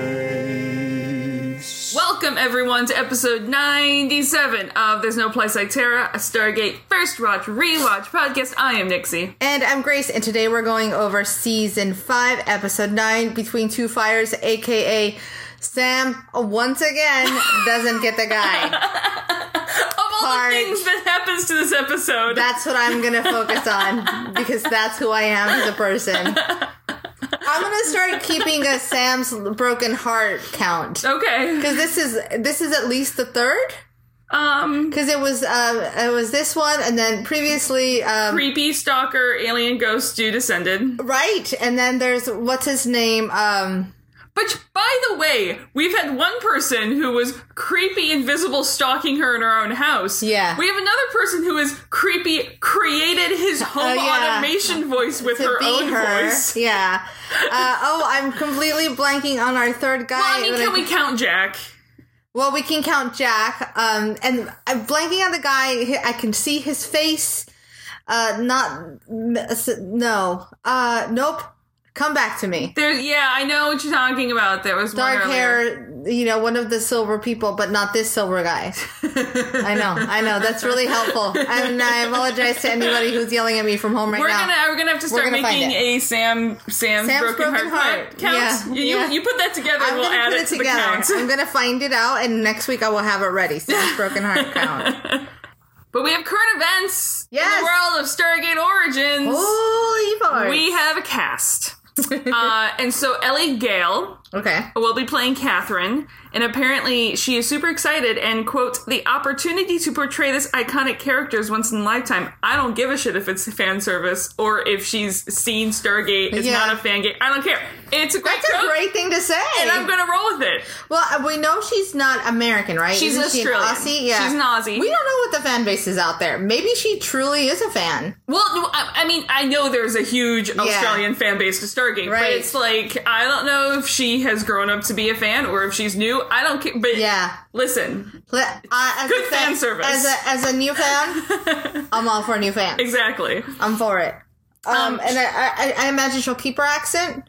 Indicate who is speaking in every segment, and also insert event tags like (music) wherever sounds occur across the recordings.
Speaker 1: Welcome everyone to episode 97 of There's No Place Like Terra, a Stargate First Watch Rewatch podcast. I am Nixie.
Speaker 2: And I'm Grace, and today we're going over season five, episode nine, Between Two Fires, aka Sam once again doesn't get the guy.
Speaker 1: Of all
Speaker 2: Part-
Speaker 1: the things that happens to this episode,
Speaker 2: That's what I'm gonna focus on because that's who I am as a person. I'm gonna start keeping a Sam's broken heart count.
Speaker 1: okay.
Speaker 2: Because this is this is at least the third.
Speaker 1: Um,
Speaker 2: Because it was uh, it was this one, and then previously um,
Speaker 1: creepy stalker alien ghost do descended.
Speaker 2: right, and then there's what's his name? Um,
Speaker 1: Which, by the way, we've had one person who was creepy, invisible, stalking her in her own house.
Speaker 2: Yeah.
Speaker 1: We have another person who is creepy, created his home
Speaker 2: Oh, yeah.
Speaker 1: automation voice with
Speaker 2: to
Speaker 1: her
Speaker 2: be
Speaker 1: own
Speaker 2: her.
Speaker 1: voice.
Speaker 2: Yeah. Uh, oh, I'm completely blanking on our third guy.
Speaker 1: Well, I mean,
Speaker 2: When
Speaker 1: can
Speaker 2: I-
Speaker 1: we count Jack?
Speaker 2: Well, we can count Jack. Um, and I'm blanking on the guy. I can see his face. Uh, not no. Uh, nope. Come back to me.
Speaker 1: There, yeah, I know what you're talking about. There was
Speaker 2: Dark
Speaker 1: one earlier.
Speaker 2: hair, you know, one of the silver people, but not this silver
Speaker 1: (laughs)
Speaker 2: guy. I know, I know. That's really helpful, and I apologize to anybody who's yelling at me from home right
Speaker 1: We're
Speaker 2: now.
Speaker 1: gonna we're gonna have to
Speaker 2: We're
Speaker 1: start
Speaker 2: gonna find
Speaker 1: making
Speaker 2: it.
Speaker 1: a Sam Sam's,
Speaker 2: Sam's
Speaker 1: broken,
Speaker 2: Broken
Speaker 1: heart,
Speaker 2: Heart.
Speaker 1: count.
Speaker 2: Yeah,
Speaker 1: You,
Speaker 2: yeah.
Speaker 1: you put that together.
Speaker 2: I'm
Speaker 1: we'll
Speaker 2: gonna
Speaker 1: add
Speaker 2: put
Speaker 1: it,
Speaker 2: it
Speaker 1: to
Speaker 2: together.
Speaker 1: the
Speaker 2: I'm
Speaker 1: count.
Speaker 2: gonna find it out, and next week I will have it ready. So it's
Speaker 1: (laughs)
Speaker 2: broken heart count.
Speaker 1: (laughs) But we have current events in
Speaker 2: Yes.
Speaker 1: the world of Stargate Origins.
Speaker 2: Holy bars.
Speaker 1: We have a
Speaker 2: (laughs)
Speaker 1: cast, uh, and so Ellie Gale
Speaker 2: okay.
Speaker 1: will be playing Catherine, and apparently she is super excited and quote the opportunity to portray this iconic character is once in a lifetime. I don't give a shit if it's fan service or if she's seen Stargate. It's
Speaker 2: Yeah.
Speaker 1: not a fan game. I don't care. It's a great
Speaker 2: That's a
Speaker 1: trope,
Speaker 2: great thing to say.
Speaker 1: and I'm gonna roll with it.
Speaker 2: well, we know she's not American, right?
Speaker 1: She's
Speaker 2: Isn't she an
Speaker 1: Australian.
Speaker 2: Aussie? Yeah,
Speaker 1: She's an Aussie.
Speaker 2: We don't know what the fan base is out there. Maybe she truly is a fan.
Speaker 1: Well, no, I, I mean, I know there's a huge Australian fan base to Stargate, but
Speaker 2: Right.
Speaker 1: it's like I don't know if she has grown up to be a fan or if she's new. I don't care. But
Speaker 2: Yeah.
Speaker 1: listen,
Speaker 2: Le- I- as
Speaker 1: Good
Speaker 2: a
Speaker 1: fan service.
Speaker 2: As a, as a new fan,
Speaker 1: (laughs)
Speaker 2: I'm all for new fans.
Speaker 1: exactly.
Speaker 2: I'm for it. Um, and I, I, I imagine she'll keep her accent,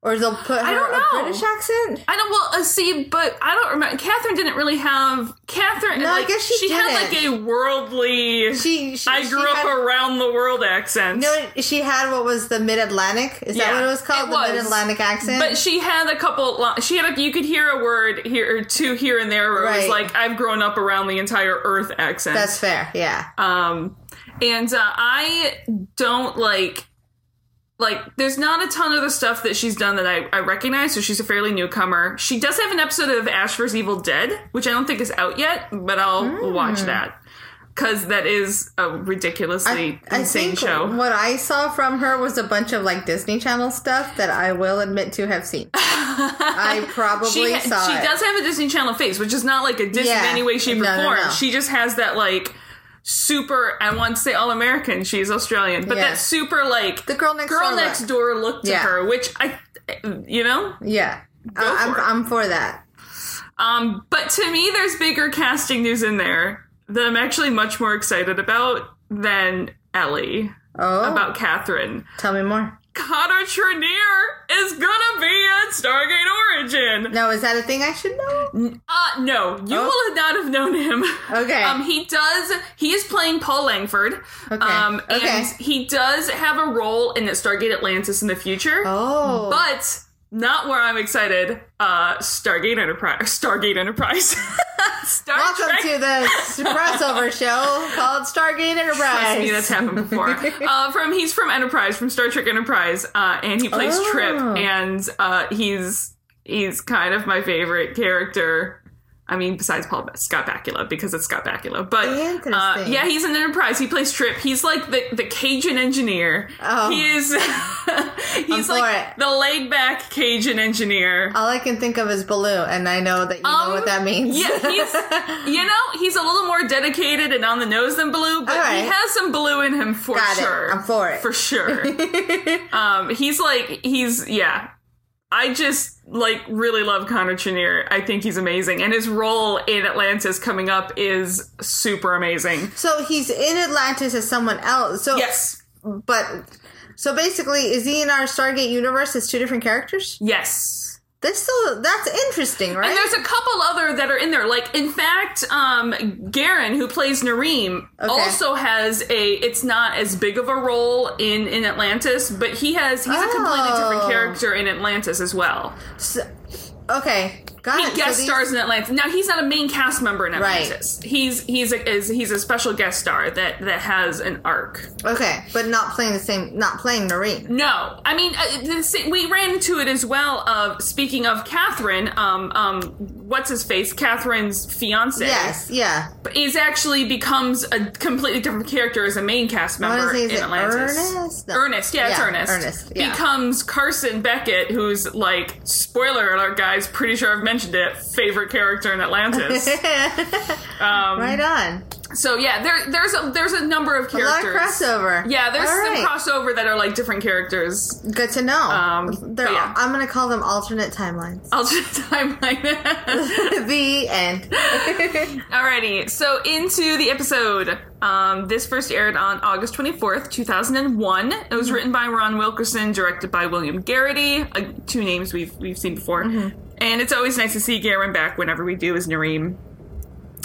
Speaker 2: or they'll put her
Speaker 1: don't know.
Speaker 2: a British accent.
Speaker 1: I don't well uh, see, but I don't remember. Catherine didn't really have Catherine.
Speaker 2: No, I
Speaker 1: like,
Speaker 2: guess she
Speaker 1: had like
Speaker 2: didn't.
Speaker 1: a worldly.
Speaker 2: She, she
Speaker 1: I grew
Speaker 2: she
Speaker 1: up
Speaker 2: had-
Speaker 1: around the world accent.
Speaker 2: You know what she had what was the Mid Atlantic? Is
Speaker 1: Yeah,
Speaker 2: that what it was called?
Speaker 1: it
Speaker 2: the
Speaker 1: was.
Speaker 2: Mid Atlantic accent.
Speaker 1: but she had a couple. li- She had a. You could hear a word here or two here and there. Where It was
Speaker 2: Right.
Speaker 1: like I've grown up around the entire Earth accent.
Speaker 2: That's fair. Yeah.
Speaker 1: Um, and uh, I don't like like there's not a ton of the stuff that she's done that I, I recognize so she's a fairly newcomer she does have an episode of ash vs evil dead which i don't think is out yet but i'll
Speaker 2: Hmm.
Speaker 1: watch that because that is a ridiculously insane show
Speaker 2: what I saw from her was a bunch of like Disney Channel stuff that I will admit to
Speaker 1: (laughs)
Speaker 2: have seen. I probably
Speaker 1: she, ha-
Speaker 2: saw
Speaker 1: she
Speaker 2: it.
Speaker 1: does have a disney channel face which is not like a disney
Speaker 2: Yeah.
Speaker 1: in any way shape or
Speaker 2: No, no,
Speaker 1: form
Speaker 2: no.
Speaker 1: she just has that like super i want to say all american she's australian but
Speaker 2: Yeah.
Speaker 1: that super like
Speaker 2: the girl next
Speaker 1: girl
Speaker 2: door.
Speaker 1: next
Speaker 2: look.
Speaker 1: door looked to
Speaker 2: Yeah.
Speaker 1: her, which I, you know,
Speaker 2: Yeah,
Speaker 1: Go
Speaker 2: I- I'm,
Speaker 1: for it.
Speaker 2: I'm for that.
Speaker 1: um, but to me, there's bigger casting news in there that I'm actually much more excited about than Ellie
Speaker 2: Oh,
Speaker 1: about Catherine.
Speaker 2: tell me more.
Speaker 1: Kata Trinier is gonna be at Stargate Origin.
Speaker 2: Now, is that a thing I should know?
Speaker 1: Uh, no, you
Speaker 2: Oh.
Speaker 1: will not have known him.
Speaker 2: Okay.
Speaker 1: Um, he does. He is playing Paul Langford.
Speaker 2: Okay.
Speaker 1: Um, and
Speaker 2: Okay.
Speaker 1: he does have a role in Stargate Atlantis in the future.
Speaker 2: Oh,
Speaker 1: But not where I'm excited. Uh, Stargate Enterprise. Stargate Enterprise. (laughs) Star
Speaker 2: welcome
Speaker 1: Trek.
Speaker 2: to the
Speaker 1: (laughs)
Speaker 2: crossover show called Stargate
Speaker 1: Trust me,
Speaker 2: Enterprise.
Speaker 1: that's happened
Speaker 2: (laughs)
Speaker 1: before. uh, from he's from Enterprise, from Star Trek Enterprise, uh, and he plays
Speaker 2: Oh.
Speaker 1: Trip, and uh, he's he's kind of my favorite character. I mean, besides Paul Ba- Scott Bakula, because it's Scott Bakula. But uh,
Speaker 2: Interesting.
Speaker 1: yeah, he's in Enterprise. He plays Trip. He's like the, the Cajun engineer.
Speaker 2: Oh.
Speaker 1: He is. (laughs) he's
Speaker 2: for
Speaker 1: like
Speaker 2: it.
Speaker 1: the laid back Cajun engineer.
Speaker 2: All I can think of is Baloo, and I know that you know
Speaker 1: Um,
Speaker 2: what that means. (laughs)
Speaker 1: Yeah, he's you know he's a little more dedicated and on the nose than Blue, but
Speaker 2: All right.
Speaker 1: he has some Blue in him for
Speaker 2: Got it.
Speaker 1: sure.
Speaker 2: I'm for it.
Speaker 1: for
Speaker 2: (laughs)
Speaker 1: sure. um, he's like he's yeah. I just like really love Connor Chenier. I think he's amazing, and his role in Atlantis coming up is super amazing.
Speaker 2: so he's in Atlantis as someone else. So
Speaker 1: Yes,
Speaker 2: but so basically, is he in our Stargate universe as two different characters?
Speaker 1: yes.
Speaker 2: That's still that's interesting, right?
Speaker 1: And there's a couple other that are in there. Like, in fact, um, Garen, who plays Nareem,
Speaker 2: Okay.
Speaker 1: also has a. It's not as big of a role in in Atlantis, but he has. He's a completely
Speaker 2: Oh.
Speaker 1: different character in Atlantis as well.
Speaker 2: okay, got
Speaker 1: He
Speaker 2: it. So
Speaker 1: guest
Speaker 2: these-
Speaker 1: stars in Atlantis. Now he's not a main cast member in
Speaker 2: Right.
Speaker 1: Atlantis. He's he's a is, he's a special guest star that that has an arc.
Speaker 2: Okay, but not playing the same. Not playing Noreen.
Speaker 1: No, I mean uh, the, sa- we ran into it as well. Of speaking of Catherine, um, um, what's his face? Catherine's fiance.
Speaker 2: Yes, yeah. (laughs)
Speaker 1: is actually becomes a completely different character as a main cast
Speaker 2: wanna
Speaker 1: member
Speaker 2: say,
Speaker 1: in
Speaker 2: is it
Speaker 1: Atlantis.
Speaker 2: Ernest? No.
Speaker 1: Ernest, yeah, it's
Speaker 2: Yeah,
Speaker 1: Ernest.
Speaker 2: Ernest, yeah.
Speaker 1: becomes Carson Beckett, who's like spoiler alert, guys. Pretty sure I've mentioned it. Favorite character in
Speaker 2: (laughs)
Speaker 1: Atlantis. Um,
Speaker 2: right on.
Speaker 1: so yeah, there, there's a there's a number of
Speaker 2: A lot of
Speaker 1: characters.
Speaker 2: crossover.
Speaker 1: Yeah, there's
Speaker 2: All
Speaker 1: some
Speaker 2: right.
Speaker 1: crossover that are like different characters.
Speaker 2: Good to know.
Speaker 1: Um,
Speaker 2: They're,
Speaker 1: but yeah.
Speaker 2: I'm gonna call them alternate timelines. (laughs)
Speaker 1: I'll just (laughs) timeline.
Speaker 2: the end.
Speaker 1: (laughs)
Speaker 2: (laughs)
Speaker 1: Alrighty, so into the episode. Um, this first aired on August 24th, 2001. It
Speaker 2: Mm-hmm.
Speaker 1: was written by Ron Wilkerson, directed by William Garrity, uh, two names we've we've seen before.
Speaker 2: Mm-hmm.
Speaker 1: And it's always nice to see Garen back whenever we do as Nareem.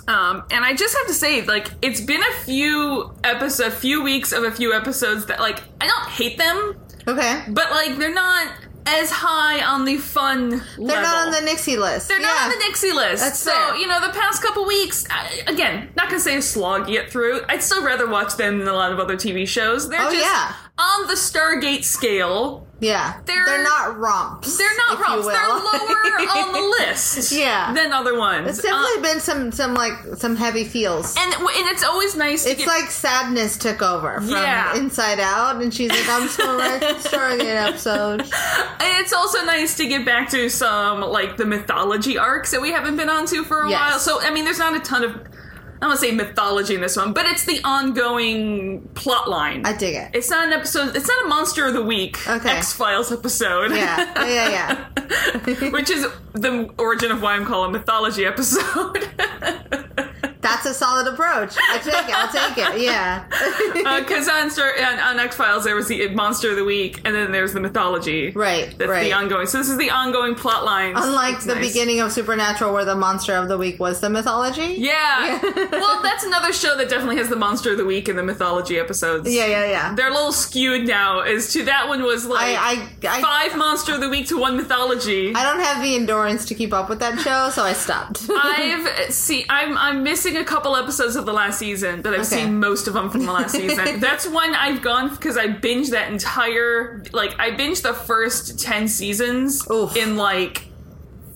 Speaker 1: Um, and I just have to say, like, it's been a few episode, a few weeks of a few episodes that, like, I don't hate them,
Speaker 2: Okay.
Speaker 1: but like, they're not as high on the fun.
Speaker 2: They're not on the Nixie list.
Speaker 1: They're not
Speaker 2: Yeah.
Speaker 1: on the Nixie list.
Speaker 2: That's
Speaker 1: so,
Speaker 2: fair.
Speaker 1: you know, the past couple weeks, I, again, not going to say a slog yet through. I'd still rather watch them than a lot of other TV shows. They're
Speaker 2: Oh,
Speaker 1: just
Speaker 2: yeah.
Speaker 1: on the Stargate scale.
Speaker 2: Yeah. They're,
Speaker 1: They're-
Speaker 2: not romps.
Speaker 1: They're not
Speaker 2: if you
Speaker 1: romps.
Speaker 2: will.
Speaker 1: They're lower on the list
Speaker 2: Yeah.
Speaker 1: than other ones.
Speaker 2: (laughs) It's
Speaker 1: Uh,
Speaker 2: definitely been some some like some heavy feels.
Speaker 1: and, and it's always nice to
Speaker 2: It's
Speaker 1: get-
Speaker 2: like sadness took over from
Speaker 1: Yeah.
Speaker 2: Inside Out, and she's like, "I'm still
Speaker 1: (laughs)
Speaker 2: writing starting an episode."
Speaker 1: And it's also nice to get back to some like the mythology arcs that we haven't been onto for a
Speaker 2: Yes.
Speaker 1: while. So I mean, there's not a ton of I don't want to say mythology in this one, but it's the ongoing plot line.
Speaker 2: I dig it.
Speaker 1: It's not an episode. It's not a monster of the week
Speaker 2: Okay.
Speaker 1: X Files episode.
Speaker 2: Yeah, Oh, yeah, yeah.
Speaker 1: (laughs) which is the origin of why I'm calling mythology episode. (laughs)
Speaker 2: That's a solid approach. I take it. I'll take it.
Speaker 1: (laughs)
Speaker 2: Yeah.
Speaker 1: Because Uh, on, Star- on on X Files there was the monster of the week, and then there's the mythology.
Speaker 2: Right,
Speaker 1: That's
Speaker 2: right.
Speaker 1: the ongoing. So this is the ongoing plot lines.
Speaker 2: Unlike
Speaker 1: It's
Speaker 2: the
Speaker 1: nice.
Speaker 2: beginning of Supernatural, where the monster of the week was the mythology. (laughs)
Speaker 1: Yeah. well, that's another show that definitely has the monster of the week and the mythology episodes.
Speaker 2: Yeah, yeah, yeah.
Speaker 1: They're a little skewed now. As to that one was like
Speaker 2: I, I, I,
Speaker 1: five monster of the week to one mythology.
Speaker 2: I don't have the endurance to keep up with that show, so I
Speaker 1: (laughs)
Speaker 2: stopped.
Speaker 1: I've see I'm I'm missing a couple episodes of the last season that I've
Speaker 2: Okay.
Speaker 1: seen most of them from the last
Speaker 2: (laughs)
Speaker 1: season. That's one I've gone because I binged that entire like I binged the first ten seasons
Speaker 2: Oof.
Speaker 1: in like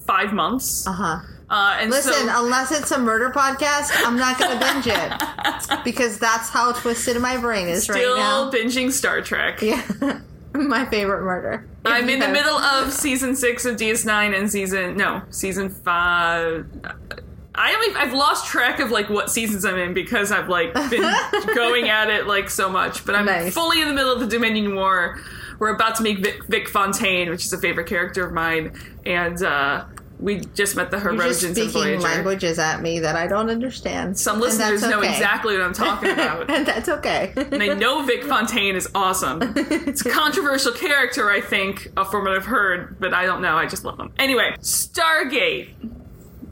Speaker 1: five months.
Speaker 2: Uh huh.
Speaker 1: Uh, and
Speaker 2: Listen,
Speaker 1: so,
Speaker 2: unless it's a murder podcast, I'm not going to binge it
Speaker 1: (laughs)
Speaker 2: because that's how twisted my brain is
Speaker 1: still
Speaker 2: right now.
Speaker 1: binging Star Trek.
Speaker 2: yeah, (laughs) my favorite murder.
Speaker 1: I'm in the
Speaker 2: Yeah.
Speaker 1: middle of season six of DS9 and season no season five. I don't even, I've lost track of like what seasons I'm in because I've like
Speaker 2: (laughs)
Speaker 1: been going at it like so much. But I'm
Speaker 2: Nice.
Speaker 1: fully in the middle of the Dominion War. We're about to meet Vic, Vic Fontaine, which is a favorite character of mine, and uh, we just met the
Speaker 2: You're just
Speaker 1: Herodians in
Speaker 2: speaking
Speaker 1: Voyager.
Speaker 2: languages at me that I don't understand.
Speaker 1: Some
Speaker 2: And
Speaker 1: listeners
Speaker 2: that's
Speaker 1: know
Speaker 2: okay.
Speaker 1: exactly what I'm talking about.
Speaker 2: (laughs) And
Speaker 1: (laughs)
Speaker 2: that's okay.
Speaker 1: and they know Vic Fontaine is
Speaker 2: (laughs)
Speaker 1: awesome. It's a controversial character, I think, uh, from what I've heard, but I don't know. I just love him. Anyway, Stargate.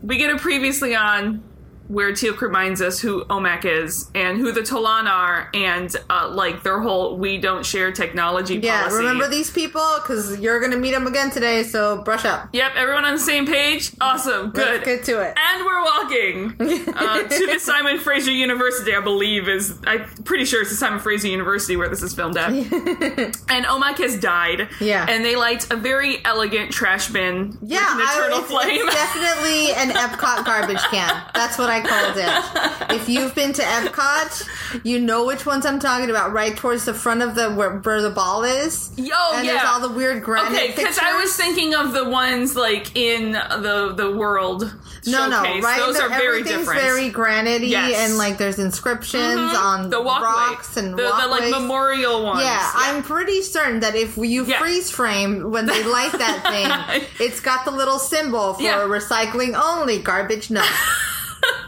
Speaker 1: We get a previously on where Teal'c reminds us who Omak is and who the Tolan are, and uh, like their whole "we don't share technology"
Speaker 2: Yeah,
Speaker 1: policy.
Speaker 2: remember these people because you're gonna meet them again today. So brush up.
Speaker 1: Yep, everyone on the same page. Awesome, good.
Speaker 2: Let's get to it.
Speaker 1: And we're
Speaker 2: (laughs)
Speaker 1: walking uh, to the Simon Fraser University, I believe is. I'm pretty sure it's the Simon Fraser University where this is filmed
Speaker 2: (laughs)
Speaker 1: at. and Omak has died.
Speaker 2: Yeah.
Speaker 1: And they light a very elegant trash bin
Speaker 2: Yeah,
Speaker 1: with an
Speaker 2: I-
Speaker 1: eternal
Speaker 2: it's-
Speaker 1: flame. (laughs)
Speaker 2: It's (laughs) definitely an Epcot garbage can. That's what I called it. If you've been to Epcot, you know which ones I'm talking about. Right towards the front of the where, where the ball is.
Speaker 1: Yo,
Speaker 2: and there's
Speaker 1: Oh, yeah.
Speaker 2: all the weird granite.
Speaker 1: Okay, because I was thinking of the ones like in the the world.
Speaker 2: No, no,
Speaker 1: showcase.
Speaker 2: right?
Speaker 1: Those
Speaker 2: there-
Speaker 1: are very
Speaker 2: everything's
Speaker 1: different.
Speaker 2: very granity,
Speaker 1: Yes. Mm-hmm.
Speaker 2: and like there's inscriptions on
Speaker 1: the walkway.
Speaker 2: rocks and
Speaker 1: the, the like
Speaker 2: walkways.
Speaker 1: memorial ones.
Speaker 2: Yeah, I'm pretty certain that if you
Speaker 1: Yeah.
Speaker 2: freeze frame when they light that (laughs) thing, it's got the little symbol for
Speaker 1: Yeah.
Speaker 2: recycling only, (laughs) garbage no.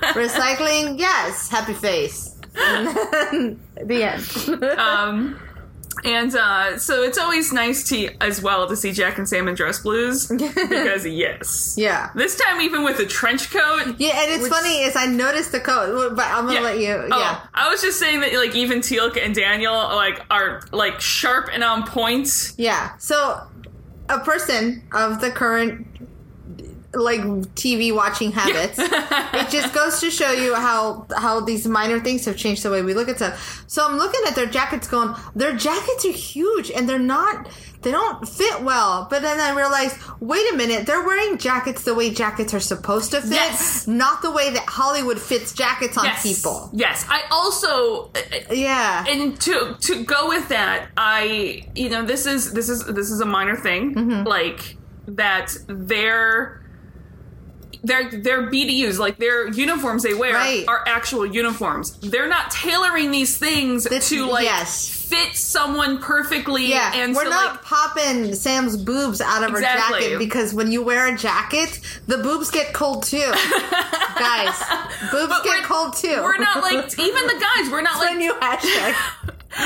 Speaker 2: recycling, yes, happy face. (laughs) the end.
Speaker 1: Um, And uh, so it's always nice to as well to see Jack and Sam in dress
Speaker 2: (laughs)
Speaker 1: blues because yes,
Speaker 2: Yeah.
Speaker 1: This time even with a trench coat.
Speaker 2: Yeah, and it's funny is I noticed the coat, but I'm gonna let you.
Speaker 1: Oh,
Speaker 2: Yeah,
Speaker 1: I was just saying that like even Teal'c and Daniel like are like sharp and on point.
Speaker 2: yeah. So, a person of the current like TV
Speaker 1: (laughs)
Speaker 2: watching habits, it just goes to show you how how these minor things have changed the way we look at stuff. So I'm looking at their jackets, going, their jackets are huge and they're not. They don't fit well, but then I realized, wait a minute, they're wearing jackets the way jackets are supposed to fit,
Speaker 1: Yes.
Speaker 2: not the way that Hollywood fits jackets on
Speaker 1: Yes.
Speaker 2: people.
Speaker 1: Yes. I also
Speaker 2: Yeah.
Speaker 1: and to to go with that, I you know this is this is this is a minor thing
Speaker 2: Mm-hmm.
Speaker 1: like that their their their BDUs like their uniforms they wear
Speaker 2: Right.
Speaker 1: are actual uniforms. They're not tailoring these things
Speaker 2: This-
Speaker 1: to like
Speaker 2: yes.
Speaker 1: fit someone perfectly.
Speaker 2: Yeah,
Speaker 1: and
Speaker 2: we're
Speaker 1: so,
Speaker 2: not
Speaker 1: like,
Speaker 2: popping Sam's boobs out of her
Speaker 1: Exactly.
Speaker 2: jacket because when you wear a jacket, the boobs get
Speaker 1: (laughs)
Speaker 2: cold too. Guys, boobs
Speaker 1: But
Speaker 2: get
Speaker 1: we're-
Speaker 2: cold too.
Speaker 1: We're not like even the guys. We're
Speaker 2: (laughs)
Speaker 1: not
Speaker 2: It's
Speaker 1: like
Speaker 2: a new
Speaker 1: (laughs)
Speaker 2: hashtag.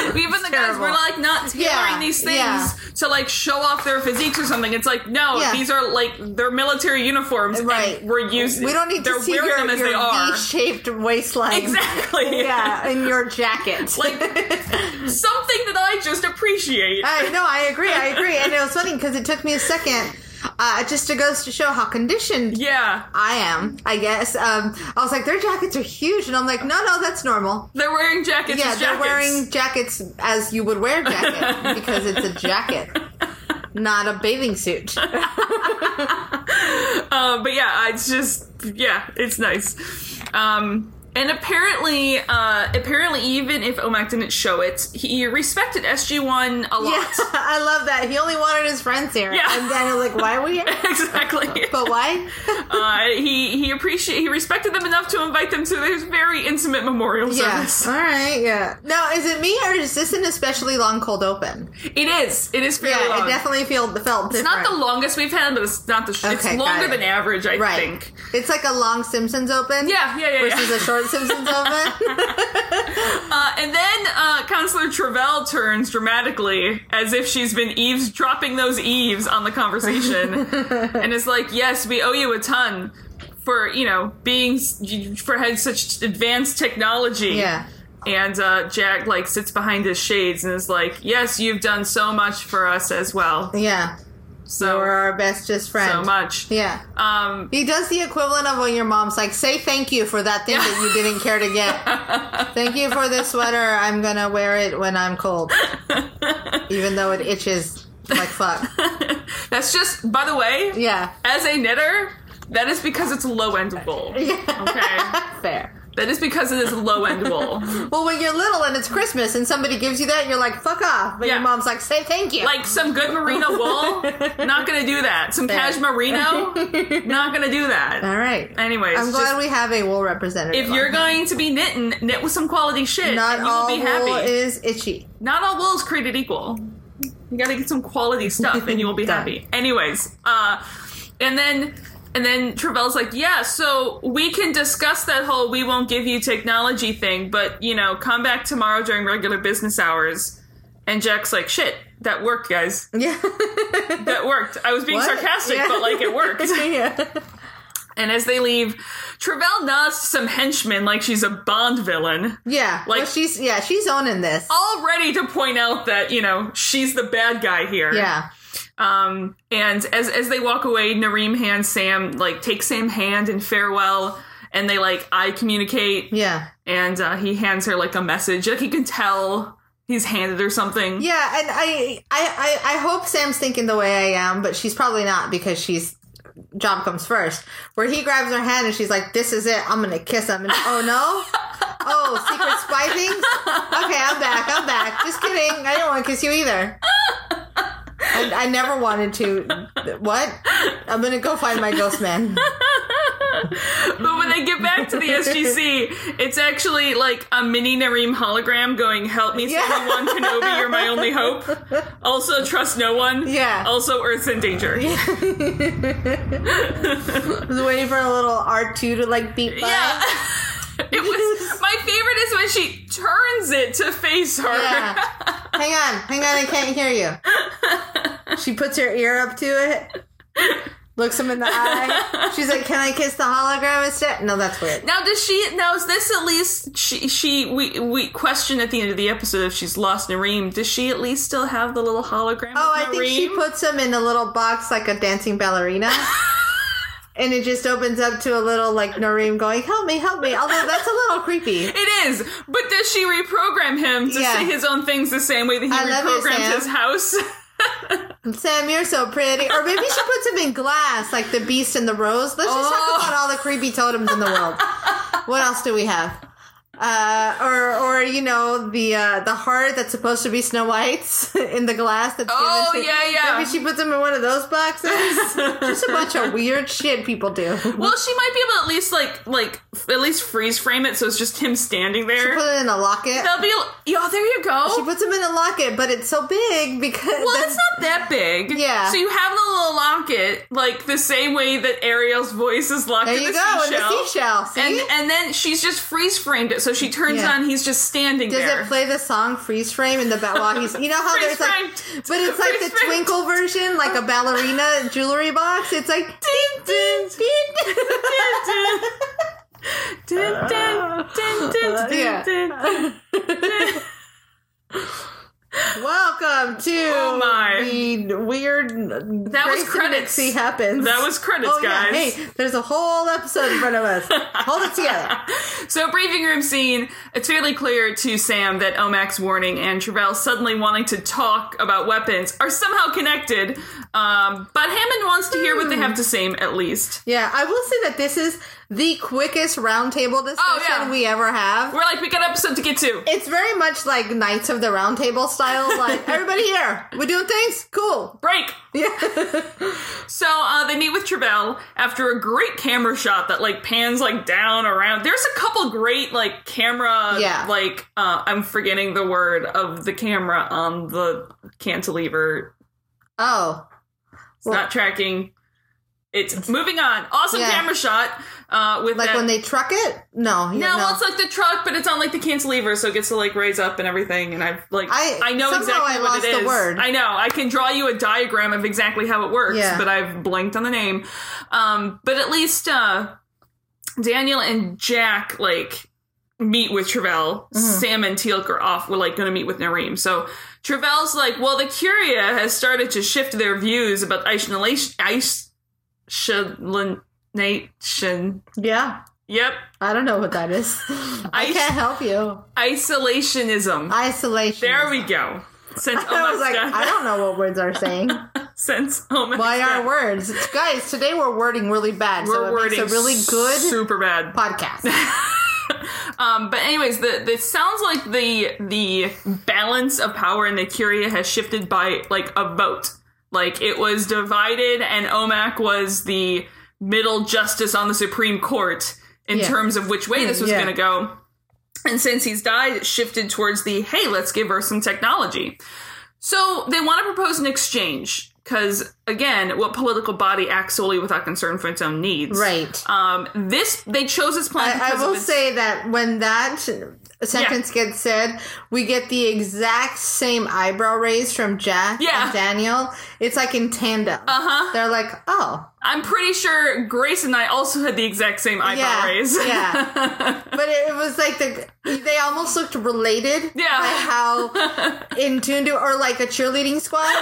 Speaker 1: even the guys.
Speaker 2: terrible.
Speaker 1: We're like not tailoring
Speaker 2: Yeah,
Speaker 1: these things
Speaker 2: yeah.
Speaker 1: to like show off their physiques or something. It's like no,
Speaker 2: Yeah.
Speaker 1: these are like they're military uniforms. and
Speaker 2: Right.
Speaker 1: we're using.
Speaker 2: We don't need
Speaker 1: they're
Speaker 2: to see
Speaker 1: wearing
Speaker 2: your,
Speaker 1: them as they
Speaker 2: your
Speaker 1: are.
Speaker 2: V-shaped waistline.
Speaker 1: Exactly.
Speaker 2: (laughs) Yeah, in your
Speaker 1: (laughs)
Speaker 2: jacket.
Speaker 1: like
Speaker 2: (laughs)
Speaker 1: something that I just appreciate.
Speaker 2: I no, I agree. I agree. And it was funny because it took me a second uh, just to goes to show how conditioned
Speaker 1: yeah.
Speaker 2: I am. I guess um, I was like, their jackets are huge, and I'm like, no, no, that's normal.
Speaker 1: They're wearing jackets.
Speaker 2: Yeah,
Speaker 1: as
Speaker 2: they're
Speaker 1: jackets.
Speaker 2: wearing jackets as you would wear a jacket because it's a jacket,
Speaker 1: (laughs)
Speaker 2: not a bathing suit.
Speaker 1: Uh, but yeah, it's just yeah, it's nice. Um, and apparently, uh, apparently, even if Omak didn't show it, he respected SG One a lot.
Speaker 2: Yeah, (laughs) I love that. He only wanted his friends here,
Speaker 1: Yeah.
Speaker 2: and then I was like, "Why are we
Speaker 1: (laughs)
Speaker 2: here?
Speaker 1: (laughs) exactly. (laughs)
Speaker 2: But why?"
Speaker 1: uh, he he appreciate he respected them enough to invite them to his very intimate memorial
Speaker 2: Yes.
Speaker 1: service.
Speaker 2: All right. Yeah. Now, is it me or is this an especially long cold open?
Speaker 1: It is. It is fairly
Speaker 2: Yeah,
Speaker 1: long.
Speaker 2: it definitely feel, felt different.
Speaker 1: it's not the longest we've had, but it's not the. Sh- it's
Speaker 2: Okay, got
Speaker 1: longer
Speaker 2: it.
Speaker 1: than average, I
Speaker 2: right.
Speaker 1: think.
Speaker 2: It's like a long Simpsons open.
Speaker 1: Yeah, yeah, yeah.
Speaker 2: Versus
Speaker 1: yeah.
Speaker 2: a
Speaker 1: (laughs)
Speaker 2: short Simpsons open.
Speaker 1: Uh, and then uh, Counselor Travell turns dramatically, as if she's been eavesdropping those eaves on the conversation,
Speaker 2: (laughs)
Speaker 1: and is like, "Yes, we owe you a ton." For you know, being s- for having such advanced technology,
Speaker 2: yeah.
Speaker 1: And uh, Jack like sits behind his shades and is like, "Yes, you've done so much for us as well.
Speaker 2: (laughs) Yeah.
Speaker 1: So
Speaker 2: We're our bestest friend.
Speaker 1: so much.
Speaker 2: Yeah.
Speaker 1: Um, (laughs)
Speaker 2: He does the equivalent of when your mom's like, say thank you for that thing that you didn't care to get. thank you for this sweater. I'm going to wear it when I'm cold. Even though it itches like fuck.
Speaker 1: that's just by the way,
Speaker 2: Yeah. (laughs)
Speaker 1: as a knitter, that is because it's low end
Speaker 2: (laughs)
Speaker 1: wool. Okay,
Speaker 2: Fair.
Speaker 1: that is because it is low end
Speaker 2: (laughs)
Speaker 1: wool.
Speaker 2: Well, when you're little and it's Christmas and somebody gives you that, you're like, fuck off. But
Speaker 1: Yeah.
Speaker 2: your mom's like, say thank you.
Speaker 1: Like some good merino wool, not gonna do that. Some cash merino,
Speaker 2: (laughs)
Speaker 1: not gonna do that.
Speaker 2: all right.
Speaker 1: Anyways,
Speaker 2: I'm glad
Speaker 1: just-
Speaker 2: we have a wool representative.
Speaker 1: if you're
Speaker 2: on.
Speaker 1: going to be knitting, knit with some quality shit.
Speaker 2: Not
Speaker 1: and you will
Speaker 2: all
Speaker 1: be
Speaker 2: wool
Speaker 1: happy.
Speaker 2: is itchy. (laughs)
Speaker 1: not all wool is created equal. You gotta get some quality stuff and you
Speaker 2: (laughs)
Speaker 1: will be
Speaker 2: Done.
Speaker 1: happy. Anyways, uh, and then and then Travell's like, yeah, so we can discuss that whole we won't give you technology thing, but you know, come back tomorrow during regular business hours. And Jack's like, shit, that worked, guys.
Speaker 2: Yeah. (laughs)
Speaker 1: That worked. I was being
Speaker 2: What?
Speaker 1: sarcastic,
Speaker 2: (laughs) Yeah.
Speaker 1: but like it worked.
Speaker 2: yeah.
Speaker 1: And as they leave, Travell nods to some henchmen like she's a Bond villain.
Speaker 2: Yeah. Like
Speaker 1: Like-
Speaker 2: she's yeah, she's owning this.
Speaker 1: All ready to point out that, you know, she's the bad guy here.
Speaker 2: Yeah.
Speaker 1: Um, and as as they walk away, Nareem hands Sam like takes Sam hand in farewell, and they like eye communicate,
Speaker 2: Yeah.
Speaker 1: and uh, he hands her like a message. Like he can tell he's handed her something.
Speaker 2: Yeah, and I, I, I, I hope Sam's thinking the way I am, but she's probably not because she's job comes first. Where he grabs her hand and she's like, "This is it. I'm gonna kiss him." And oh no, oh secret spy things. Okay, I'm back. I'm back. Just kidding. I don't want to kiss you either. I, I never wanted to. What? I'm gonna go find my ghost man.
Speaker 1: But when they get back to the SGC, it's actually like a mini Nareem hologram going, "Help me,
Speaker 2: Yeah.
Speaker 1: Obi Wan Kenobi, you're my only
Speaker 2: (laughs)
Speaker 1: hope." Also, trust no one.
Speaker 2: Yeah.
Speaker 1: Also, Earth's in danger.
Speaker 2: I was waiting for a little R two to like beat by.
Speaker 1: Yeah. (laughs) it was my favorite is when she turns it to face her.
Speaker 2: Yeah. hang on, hang on, I can't hear you. She puts her ear up to it, looks him in the eye. She's like, Can I kiss the hologram instead? No, that's weird.
Speaker 1: Now does she now is this at least she she we we question at the end of the episode if she's lost Nareem, does she at least still have the little hologram?
Speaker 2: Oh,
Speaker 1: of
Speaker 2: I think she
Speaker 1: Nareem?
Speaker 2: puts him in a little box like a dancing ballerina. And it just opens up to a little like Nareem going, Help me, help me. Although that's a little creepy.
Speaker 1: It is, but does she reprogram him to
Speaker 2: Yeah.
Speaker 1: say his own things the same way that he
Speaker 2: I love you,
Speaker 1: reprograms
Speaker 2: Sam.
Speaker 1: his house? (laughs)
Speaker 2: Sam, you're so pretty. Or maybe she puts him in glass, like the beast and the rose. Let's just
Speaker 1: Oh.
Speaker 2: talk about all the creepy totems in the world. what else do we have? Uh, or, or you know, the uh, the heart that's supposed to be Snow White's (laughs) in the glass. That's
Speaker 1: Oh,
Speaker 2: given to-
Speaker 1: yeah, yeah.
Speaker 2: Maybe she puts him in one of those
Speaker 1: (laughs)
Speaker 2: boxes. just a bunch of weird shit people do.
Speaker 1: well, she might be able to at least like like f- at least freeze frame it so it's just him standing there.
Speaker 2: Put it in a locket.
Speaker 1: That'll be yeah. There you go.
Speaker 2: She puts him in a locket, but it's so big because
Speaker 1: Well,
Speaker 2: that's-
Speaker 1: it's not that big.
Speaker 2: Yeah.
Speaker 1: So you have the little locket, like the same way that Ariel's voice is locked
Speaker 2: there
Speaker 1: in
Speaker 2: you
Speaker 1: the
Speaker 2: go in
Speaker 1: seashell.
Speaker 2: the seashell. See?
Speaker 1: And and then she's just freeze framed it, so she turns
Speaker 2: Yeah.
Speaker 1: on. He's just standing
Speaker 2: Does
Speaker 1: there.
Speaker 2: it play the song Freeze Frame in the back while he's you know how
Speaker 1: Freeze
Speaker 2: there's like
Speaker 1: framed.
Speaker 2: but it's like the
Speaker 1: Freeze framed.
Speaker 2: twinkle version, like a ballerina jewelry box. It's like
Speaker 1: Dun, dun, dun, dun, dun. Dun, dun, dun, dun, dun,
Speaker 2: Yeah.
Speaker 1: dun.
Speaker 2: (laughs) welcome to
Speaker 1: Oh my.
Speaker 2: the weird That
Speaker 1: was credits.
Speaker 2: See happens.
Speaker 1: That was credits,
Speaker 2: oh, yeah.
Speaker 1: guys.
Speaker 2: Hey, there's a whole episode in front of us. Hold it
Speaker 1: (laughs)
Speaker 2: together.
Speaker 1: So, briefing room scene, it's fairly clear to Sam that Omak's warning and Travell suddenly wanting to talk about weapons are somehow connected. Um, but Hammond wants to hear what they have to say, at least.
Speaker 2: Yeah, I will say that this is the quickest roundtable discussion
Speaker 1: Oh, yeah.
Speaker 2: we ever have.
Speaker 1: We're like, we got an episode to get to.
Speaker 2: It's very much like Knights of the Roundtable style.
Speaker 1: (laughs)
Speaker 2: Like everybody here, we're doing things cool.
Speaker 1: Break!
Speaker 2: (laughs)
Speaker 1: so uh, they meet with Travell after a great camera shot that like pans like down around. There's a couple great like camera,
Speaker 2: Yeah.
Speaker 1: like uh, I'm forgetting the word of the camera on the cantilever
Speaker 2: Oh,
Speaker 1: It's not tracking. It's moving on. Awesome
Speaker 2: Yeah.
Speaker 1: camera shot. Uh, with
Speaker 2: Like
Speaker 1: that-
Speaker 2: when they truck it? No, you
Speaker 1: no,
Speaker 2: no.
Speaker 1: well, it's like the truck, but it's on like the cantilever, so it gets to like raise up and everything. And I've like
Speaker 2: I-
Speaker 1: I, know
Speaker 2: somehow
Speaker 1: exactly
Speaker 2: I
Speaker 1: what
Speaker 2: lost
Speaker 1: it
Speaker 2: the
Speaker 1: is.
Speaker 2: word.
Speaker 1: I know I can draw you a diagram of exactly how it works,
Speaker 2: Yeah.
Speaker 1: but I've blanked on the name. Um, but at least uh, Daniel and Jack like meet with Travell.
Speaker 2: Mm-hmm.
Speaker 1: Sam and Teal'c are off. We're like going to meet with Nareem. So Travell's like, well, the Curia has started to shift their views about isolation.
Speaker 2: yeah,
Speaker 1: Yep,
Speaker 2: I don't know what
Speaker 1: (laughs)
Speaker 2: that is. I
Speaker 1: Ice-
Speaker 2: can't help you.
Speaker 1: isolationism.
Speaker 2: Isolation.
Speaker 1: there oh we go. Since
Speaker 2: (laughs) I was
Speaker 1: Oma's
Speaker 2: like,
Speaker 1: done, (laughs)
Speaker 2: I don't know what words are saying.
Speaker 1: since Oma's
Speaker 2: Why
Speaker 1: done,
Speaker 2: are words? Guys, today we're wording really bad. so it
Speaker 1: we're wording
Speaker 2: makes a really good
Speaker 1: super bad.
Speaker 2: podcast.
Speaker 1: (laughs) Um, but anyways, the it sounds like the the balance of power in the Curia has shifted by like a vote. Like it was divided, and Omak was the middle justice on the Supreme Court in
Speaker 2: Yeah.
Speaker 1: terms of which way this was
Speaker 2: yeah.
Speaker 1: going to go. And since he's died, it shifted towards the hey, let's give her some technology. So they want to propose an exchange because, again, what political body acts solely without concern for its own needs?
Speaker 2: Right.
Speaker 1: Um, this they chose this plan.
Speaker 2: I, I
Speaker 1: Uh, because of
Speaker 2: will
Speaker 1: its-
Speaker 2: say that when that a sentence gets said, we get the exact same eyebrow raise from Jack
Speaker 1: Yeah.
Speaker 2: and Daniel. It's like in tandem.
Speaker 1: Uh-huh.
Speaker 2: They're like, oh,
Speaker 1: I'm pretty sure Grace and I also had the exact same eyebrow
Speaker 2: yeah,
Speaker 1: raise.
Speaker 2: yeah. But it was like the they almost looked related.
Speaker 1: Yeah.
Speaker 2: by
Speaker 1: (laughs)
Speaker 2: how in tune to or like a cheerleading squad.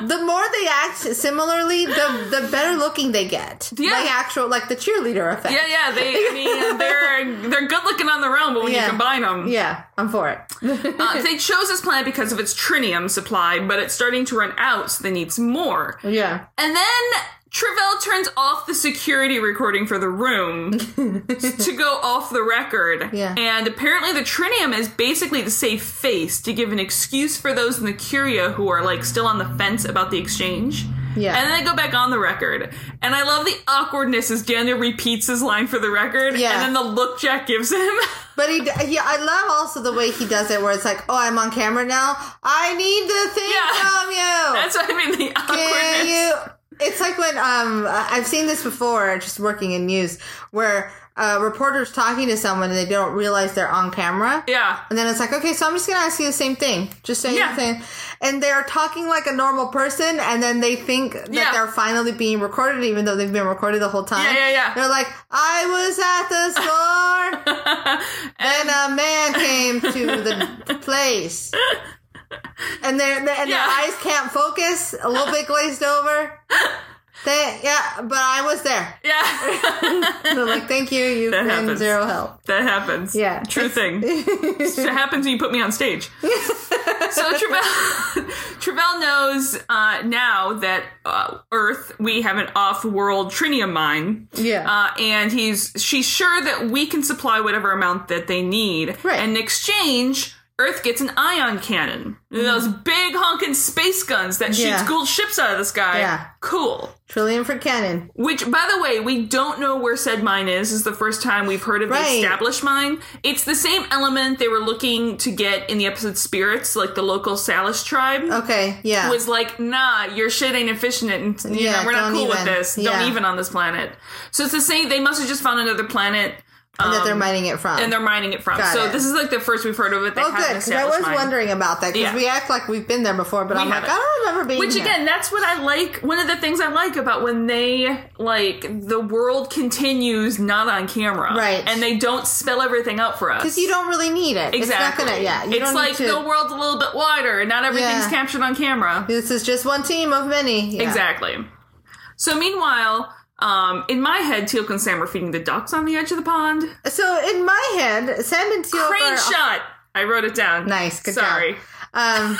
Speaker 2: the more they act similarly, the the better looking they get.
Speaker 1: Yeah.
Speaker 2: like actual like the cheerleader
Speaker 1: (laughs)
Speaker 2: effect.
Speaker 1: yeah, yeah. They, I
Speaker 2: (laughs)
Speaker 1: mean, they're they're good looking on their own, but when
Speaker 2: Yeah.
Speaker 1: you combine them,
Speaker 2: Yeah, I'm for it.
Speaker 1: Uh, they chose this planet because of its trinium supply, but it's starting to run out, so they needs more.
Speaker 2: yeah.
Speaker 1: And then Travell turns off the security recording for the room
Speaker 2: (laughs)
Speaker 1: to go off the record.
Speaker 2: Yeah.
Speaker 1: And apparently, the Trinium is basically to save face, to give an excuse for those in the Curia who are like still on the fence about the exchange.
Speaker 2: Yeah.
Speaker 1: And then they go back on the record. And I love the awkwardness as Daniel repeats his line for the record.
Speaker 2: Yeah.
Speaker 1: And then the look Jack gives him. (laughs)
Speaker 2: But he, yeah, I love also the way he does it, where it's like, "Oh, I'm on camera now. I need the thing
Speaker 1: Yeah. (laughs)
Speaker 2: from you."
Speaker 1: That's what I mean, the awkwardness.
Speaker 2: Can you? It's like when um I- I've seen this before, just working in news, where uh, reporters talking to someone and they don't realize they're on camera.
Speaker 1: Yeah.
Speaker 2: And then it's like, okay, so I'm just gonna ask you the same thing, just saying
Speaker 1: Yeah.
Speaker 2: the same. And they are talking like a normal person, and then they think that
Speaker 1: Yeah.
Speaker 2: they're finally being recorded, even though they've been recorded the whole time.
Speaker 1: Yeah, yeah, yeah.
Speaker 2: They're like, I
Speaker 1: (laughs)
Speaker 2: was at the store, and a man came to the place, and their and their
Speaker 1: Yeah.
Speaker 2: eyes can't focus, a little bit glazed over. They, yeah, but I was there.
Speaker 1: Yeah. (laughs)
Speaker 2: They're like, thank you, you
Speaker 1: That
Speaker 2: been
Speaker 1: happens.
Speaker 2: zero help. (laughs)
Speaker 1: That happens.
Speaker 2: Yeah.
Speaker 1: True thing.
Speaker 2: (laughs)
Speaker 1: it happens when you put me on stage. so Travell, (laughs) Travell knows uh, now that uh, Earth, we have an off-world trinium mine.
Speaker 2: Yeah.
Speaker 1: Uh, and he's she's sure that we can supply whatever amount that they need.
Speaker 2: Right.
Speaker 1: And in exchange, Earth gets an ion cannon. Those big honking space guns that shoots
Speaker 2: Mm-hmm. Yeah.
Speaker 1: Gould ships out of the sky.
Speaker 2: Yeah.
Speaker 1: Cool.
Speaker 2: Trillion for Cannon.
Speaker 1: Which, by the way, we don't know where said mine is. This is the first time we've heard of the
Speaker 2: Right.
Speaker 1: established mine. It's the same element they were looking to get in the episode Spirits, like the local Salish tribe.
Speaker 2: Okay, yeah.
Speaker 1: Was like, nah, your shit ain't efficient, and you
Speaker 2: Yeah,
Speaker 1: know, we're not
Speaker 2: don't
Speaker 1: cool with
Speaker 2: even.
Speaker 1: this.
Speaker 2: Yeah.
Speaker 1: Don't even on this planet. So it's the same. They must have just found another planet, um,
Speaker 2: that they're mining it from.
Speaker 1: and they're mining it from.
Speaker 2: Got
Speaker 1: so
Speaker 2: it.
Speaker 1: this is like the first we've heard of it. They
Speaker 2: oh,
Speaker 1: have an
Speaker 2: good. Because I
Speaker 1: established
Speaker 2: was
Speaker 1: mine.
Speaker 2: wondering about that. Because
Speaker 1: Yeah.
Speaker 2: we act like we've been there before, but I'm like,
Speaker 1: haven't.
Speaker 2: I don't remember being
Speaker 1: Which
Speaker 2: here.
Speaker 1: again, that's what I like. One of the things I like about when they like the world continues not on camera,
Speaker 2: Right.
Speaker 1: And they don't spell everything out for us
Speaker 2: Because you don't really need it.
Speaker 1: exactly.
Speaker 2: It's not gonna, yeah. You
Speaker 1: it's
Speaker 2: don't
Speaker 1: like
Speaker 2: need to,
Speaker 1: the world's a little bit wider, and not everything's
Speaker 2: Yeah.
Speaker 1: captured on camera.
Speaker 2: This is just one team of many. Yeah.
Speaker 1: Exactly. So meanwhile, um, in my head, Teal'c and Sam are feeding the ducks on the edge of the
Speaker 2: (laughs)
Speaker 1: pond.
Speaker 2: So in my head, Sam and Teal
Speaker 1: Crane
Speaker 2: are-
Speaker 1: shot. I wrote it down.
Speaker 2: Nice, good
Speaker 1: Sorry.
Speaker 2: job.
Speaker 1: (laughs)
Speaker 2: Um,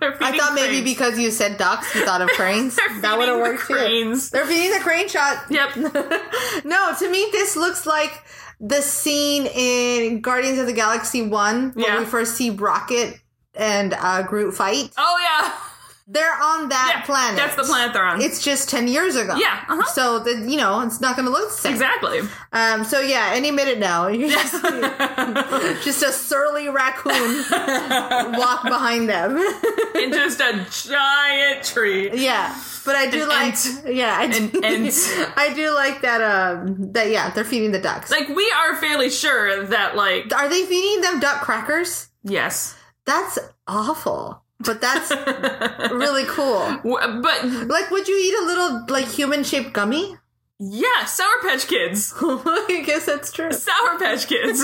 Speaker 1: They're
Speaker 2: I
Speaker 1: feeding
Speaker 2: thought maybe
Speaker 1: cranes.
Speaker 2: because you said ducks, you thought of cranes.
Speaker 1: (laughs) They're
Speaker 2: that would have
Speaker 1: feeding the
Speaker 2: worked
Speaker 1: cranes.
Speaker 2: too. They're feeding the crane shot. (laughs)
Speaker 1: Yep.
Speaker 2: No, to me, this looks like the scene in Guardians of the Galaxy 1 where
Speaker 1: Yeah.
Speaker 2: we first see Rocket and uh, Groot fight.
Speaker 1: Oh
Speaker 2: They're on
Speaker 1: yeah.
Speaker 2: that
Speaker 1: yeah.
Speaker 2: planet.
Speaker 1: That's the planet they're on.
Speaker 2: It's just 10 years ago.
Speaker 1: Yeah, uh-huh.
Speaker 2: So, the, you know, it's not going to look the same.
Speaker 1: exactly.
Speaker 2: Um, so, yeah, any minute now, (laughs) you're just, (laughs) just a
Speaker 1: (laughs)
Speaker 2: surly raccoon walk behind them. (laughs)
Speaker 1: in just a giant tree.
Speaker 2: yeah. But I do
Speaker 1: An
Speaker 2: like,
Speaker 1: ant.
Speaker 2: yeah, I do,
Speaker 1: An ant.
Speaker 2: (laughs) I do like that, um, that, yeah, they're feeding the ducks.
Speaker 1: Like we are fairly sure that like
Speaker 2: Are they feeding them duck crackers? (laughs)
Speaker 1: yes.
Speaker 2: That's awful.
Speaker 1: (laughs)
Speaker 2: But that's really cool.
Speaker 1: W- But
Speaker 2: Like, would you eat a little, like, human shaped gummy? (laughs)
Speaker 1: yeah, Sour Patch Kids.
Speaker 2: I guess that's true.
Speaker 1: Sour Patch
Speaker 2: (laughs)
Speaker 1: Kids.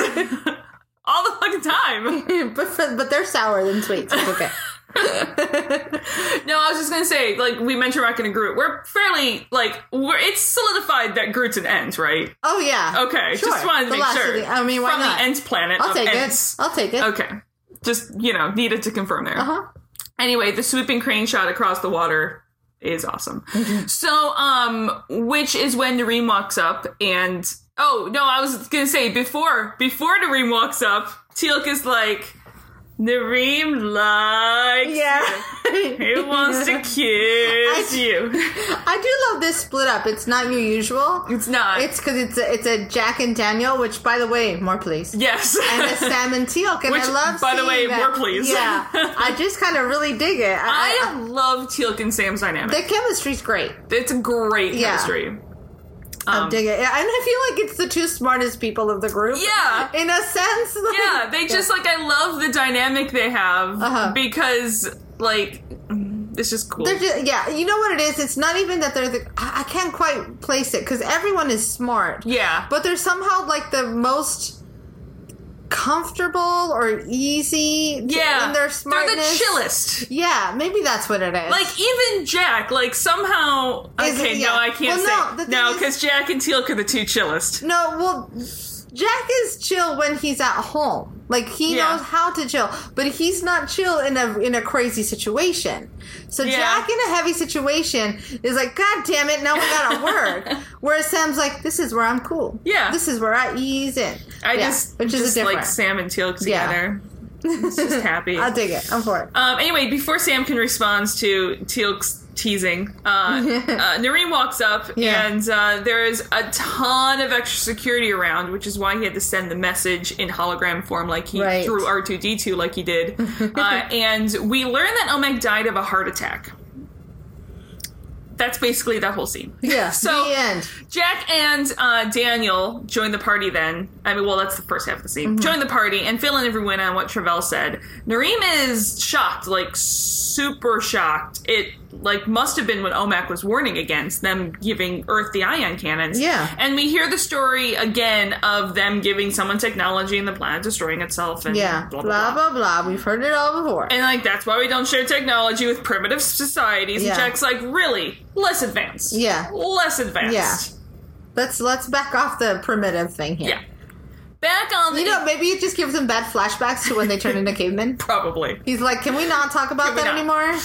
Speaker 1: All the fucking time.
Speaker 2: but, but they're sour than sweet. So it's
Speaker 1: (laughs)
Speaker 2: okay.
Speaker 1: No, I was just gonna say, like we mentioned Rocket and Groot. We're fairly like we're it's solidified that Groot's an Ent, right?
Speaker 2: Oh, yeah.
Speaker 1: Okay.
Speaker 2: Sure.
Speaker 1: Just wanted to
Speaker 2: The
Speaker 1: make
Speaker 2: last of
Speaker 1: sure.
Speaker 2: the- I mean, why
Speaker 1: From
Speaker 2: not?
Speaker 1: the Ent planet.
Speaker 2: I'll
Speaker 1: of
Speaker 2: take
Speaker 1: Ents.
Speaker 2: it. I'll take it.
Speaker 1: Okay. Just, you know, needed to confirm there.
Speaker 2: Uh-huh.
Speaker 1: Anyway, the swooping crane shot across the water is awesome.
Speaker 2: Mm-hmm.
Speaker 1: so, um, which is when Nareem walks up and oh no, I was gonna say before before Nareem walks up, Teal'c is like Nareem likes
Speaker 2: (laughs) Yeah.
Speaker 1: you. He wants
Speaker 2: (laughs)
Speaker 1: to kiss you.
Speaker 2: I do love this split up. It's not your usual.
Speaker 1: It's not.
Speaker 2: It's because it's a, it's a Jack and Daniel, which, by the way, more please.
Speaker 1: yes.
Speaker 2: and
Speaker 1: (laughs)
Speaker 2: a Sam and Teal'c, and I
Speaker 1: Which,
Speaker 2: love.
Speaker 1: by the
Speaker 2: seeing
Speaker 1: way,
Speaker 2: that.
Speaker 1: more please. (laughs)
Speaker 2: Yeah, I just kind of really dig it. I, I,
Speaker 1: I love Teal'c and Sam's dynamic.
Speaker 2: the chemistry's great.
Speaker 1: It's a great
Speaker 2: Yeah.
Speaker 1: chemistry.
Speaker 2: I'm digging it. And I feel like it's the two smartest people of the group.
Speaker 1: Yeah.
Speaker 2: In a sense. like-
Speaker 1: yeah, they just like I love the dynamic they have
Speaker 2: Uh-huh.
Speaker 1: because like it's just cool.
Speaker 2: They're just, yeah, you know what it is? It's not even that they're the. I I can't quite place it because everyone is smart.
Speaker 1: yeah,
Speaker 2: But they're somehow like the most comfortable or easy to-
Speaker 1: yeah,
Speaker 2: in their
Speaker 1: They're the
Speaker 2: smartness.
Speaker 1: chillest.
Speaker 2: Yeah, maybe that's what it is.
Speaker 1: Like even Jack, like somehow.
Speaker 2: Is it-
Speaker 1: Okay,
Speaker 2: yeah.
Speaker 1: no, I can't
Speaker 2: Well, no,
Speaker 1: say
Speaker 2: the thing
Speaker 1: no
Speaker 2: is-
Speaker 1: because Jack and Teal'c are the two chillest.
Speaker 2: No, well, Jack is chill when he's at home. Like he
Speaker 1: Yeah.
Speaker 2: knows how to chill, but he's not chill in a in a crazy situation. So
Speaker 1: Yeah.
Speaker 2: Jack in a heavy situation is like, God damn it, now we
Speaker 1: (laughs)
Speaker 2: gotta work. Whereas Sam's like, This is where I'm cool.
Speaker 1: Yeah.
Speaker 2: this is where I ease in.
Speaker 1: I
Speaker 2: Yeah,
Speaker 1: just
Speaker 2: which
Speaker 1: just
Speaker 2: is a
Speaker 1: like
Speaker 2: difference.
Speaker 1: Sam and Teal'c
Speaker 2: Yeah.
Speaker 1: together. It's
Speaker 2: (laughs)
Speaker 1: just happy.
Speaker 2: I'll dig it. I'm for
Speaker 1: (laughs)
Speaker 2: it.
Speaker 1: Um, anyway, before Sam can respond to Teal'c's teasing, uh,
Speaker 2: (laughs)
Speaker 1: uh, Noreen walks up,
Speaker 2: Yeah.
Speaker 1: and uh, there is a ton of extra security around, which is why he had to send the message in hologram form, like he
Speaker 2: Right.
Speaker 1: through R two D two, like he
Speaker 2: (laughs)
Speaker 1: did. uh, and we learn that Omek died of a heart attack. That's basically that whole scene.
Speaker 2: Yeah.
Speaker 1: So-
Speaker 2: the end.
Speaker 1: Jack and uh, Daniel join the party then. I mean, well, that's the first half of the scene.
Speaker 2: Mm-hmm.
Speaker 1: Join the party and fill in everyone on what Travell said. Nareem is shocked, like super shocked. It like must have been what Omac was warning against them giving Earth the ion cannons.
Speaker 2: Yeah.
Speaker 1: and we hear the story again of them giving someone technology and the planet destroying itself. And
Speaker 2: Yeah.
Speaker 1: (laughs) blah blah. blah.
Speaker 2: blah blah. We've heard it all before.
Speaker 1: And like that's why we don't share technology with primitive societies.
Speaker 2: Yeah.
Speaker 1: And Jack's like, really, less advanced.
Speaker 2: Yeah.
Speaker 1: less advanced.
Speaker 2: Yeah. let's let's back off the primitive thing here.
Speaker 1: Yeah. Back on the
Speaker 2: You know, maybe it just gives them bad flashbacks to when they turn into cavemen.
Speaker 1: probably.
Speaker 2: He's like, can we not talk about
Speaker 1: Can we
Speaker 2: that
Speaker 1: not?"
Speaker 2: anymore?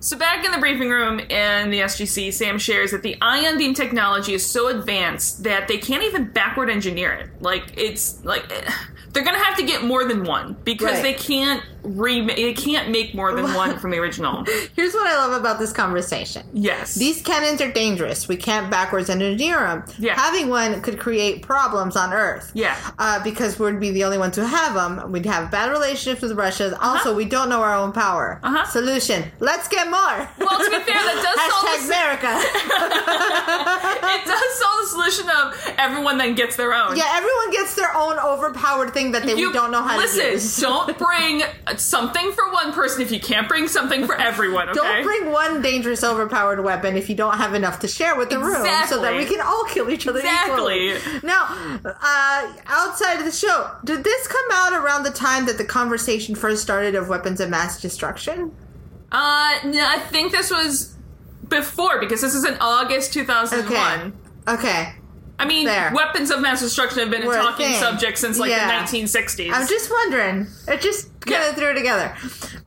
Speaker 1: So back in the briefing room in the SGC, Sam shares that the ion beam technology is so advanced that they can't even backward engineer it. Like it's like (sighs) eh, they're gonna have to get more than one because
Speaker 2: Right.
Speaker 1: they can't re they can't make more than one from the
Speaker 2: (laughs)
Speaker 1: original.
Speaker 2: Here's what I love about this conversation.
Speaker 1: Yes.
Speaker 2: These cannons are dangerous. We can't backwards engineer them.
Speaker 1: Yeah.
Speaker 2: Having one could create problems on Earth.
Speaker 1: Yeah.
Speaker 2: Uh, because we'd be the only ones who have them. We'd have bad relationships with Russia. Also, we don't know our own power.
Speaker 1: Uh-huh.
Speaker 2: Solution. Let's get more.
Speaker 1: well,
Speaker 2: (laughs)
Speaker 1: to be fair, that does solve
Speaker 2: Hashtag
Speaker 1: the, (laughs)
Speaker 2: America.
Speaker 1: it does solve the solution of everyone then gets their own.
Speaker 2: yeah, everyone gets their own overpowered thing that they we don't know how
Speaker 1: listen,
Speaker 2: to use. (laughs)
Speaker 1: don't bring something for one person if you can't bring something for everyone. Okay?
Speaker 2: Don't bring one dangerous overpowered weapon if you don't have enough to share with the room so that
Speaker 1: Exactly.
Speaker 2: we can all kill each other
Speaker 1: Exactly.
Speaker 2: equally. Now, uh, outside of the show, did this come out around the time that the conversation first started of weapons of mass destruction?
Speaker 1: Uh, no, I think this was before because this is in August 2001.
Speaker 2: Okay. Okay.
Speaker 1: I mean,
Speaker 2: There.
Speaker 1: weapons of mass destruction have been a
Speaker 2: Were a
Speaker 1: talking
Speaker 2: thing.
Speaker 1: subject since like
Speaker 2: Yeah.
Speaker 1: the 1960s.
Speaker 2: I'm just wondering. It just kind
Speaker 1: Yeah.
Speaker 2: of threw it together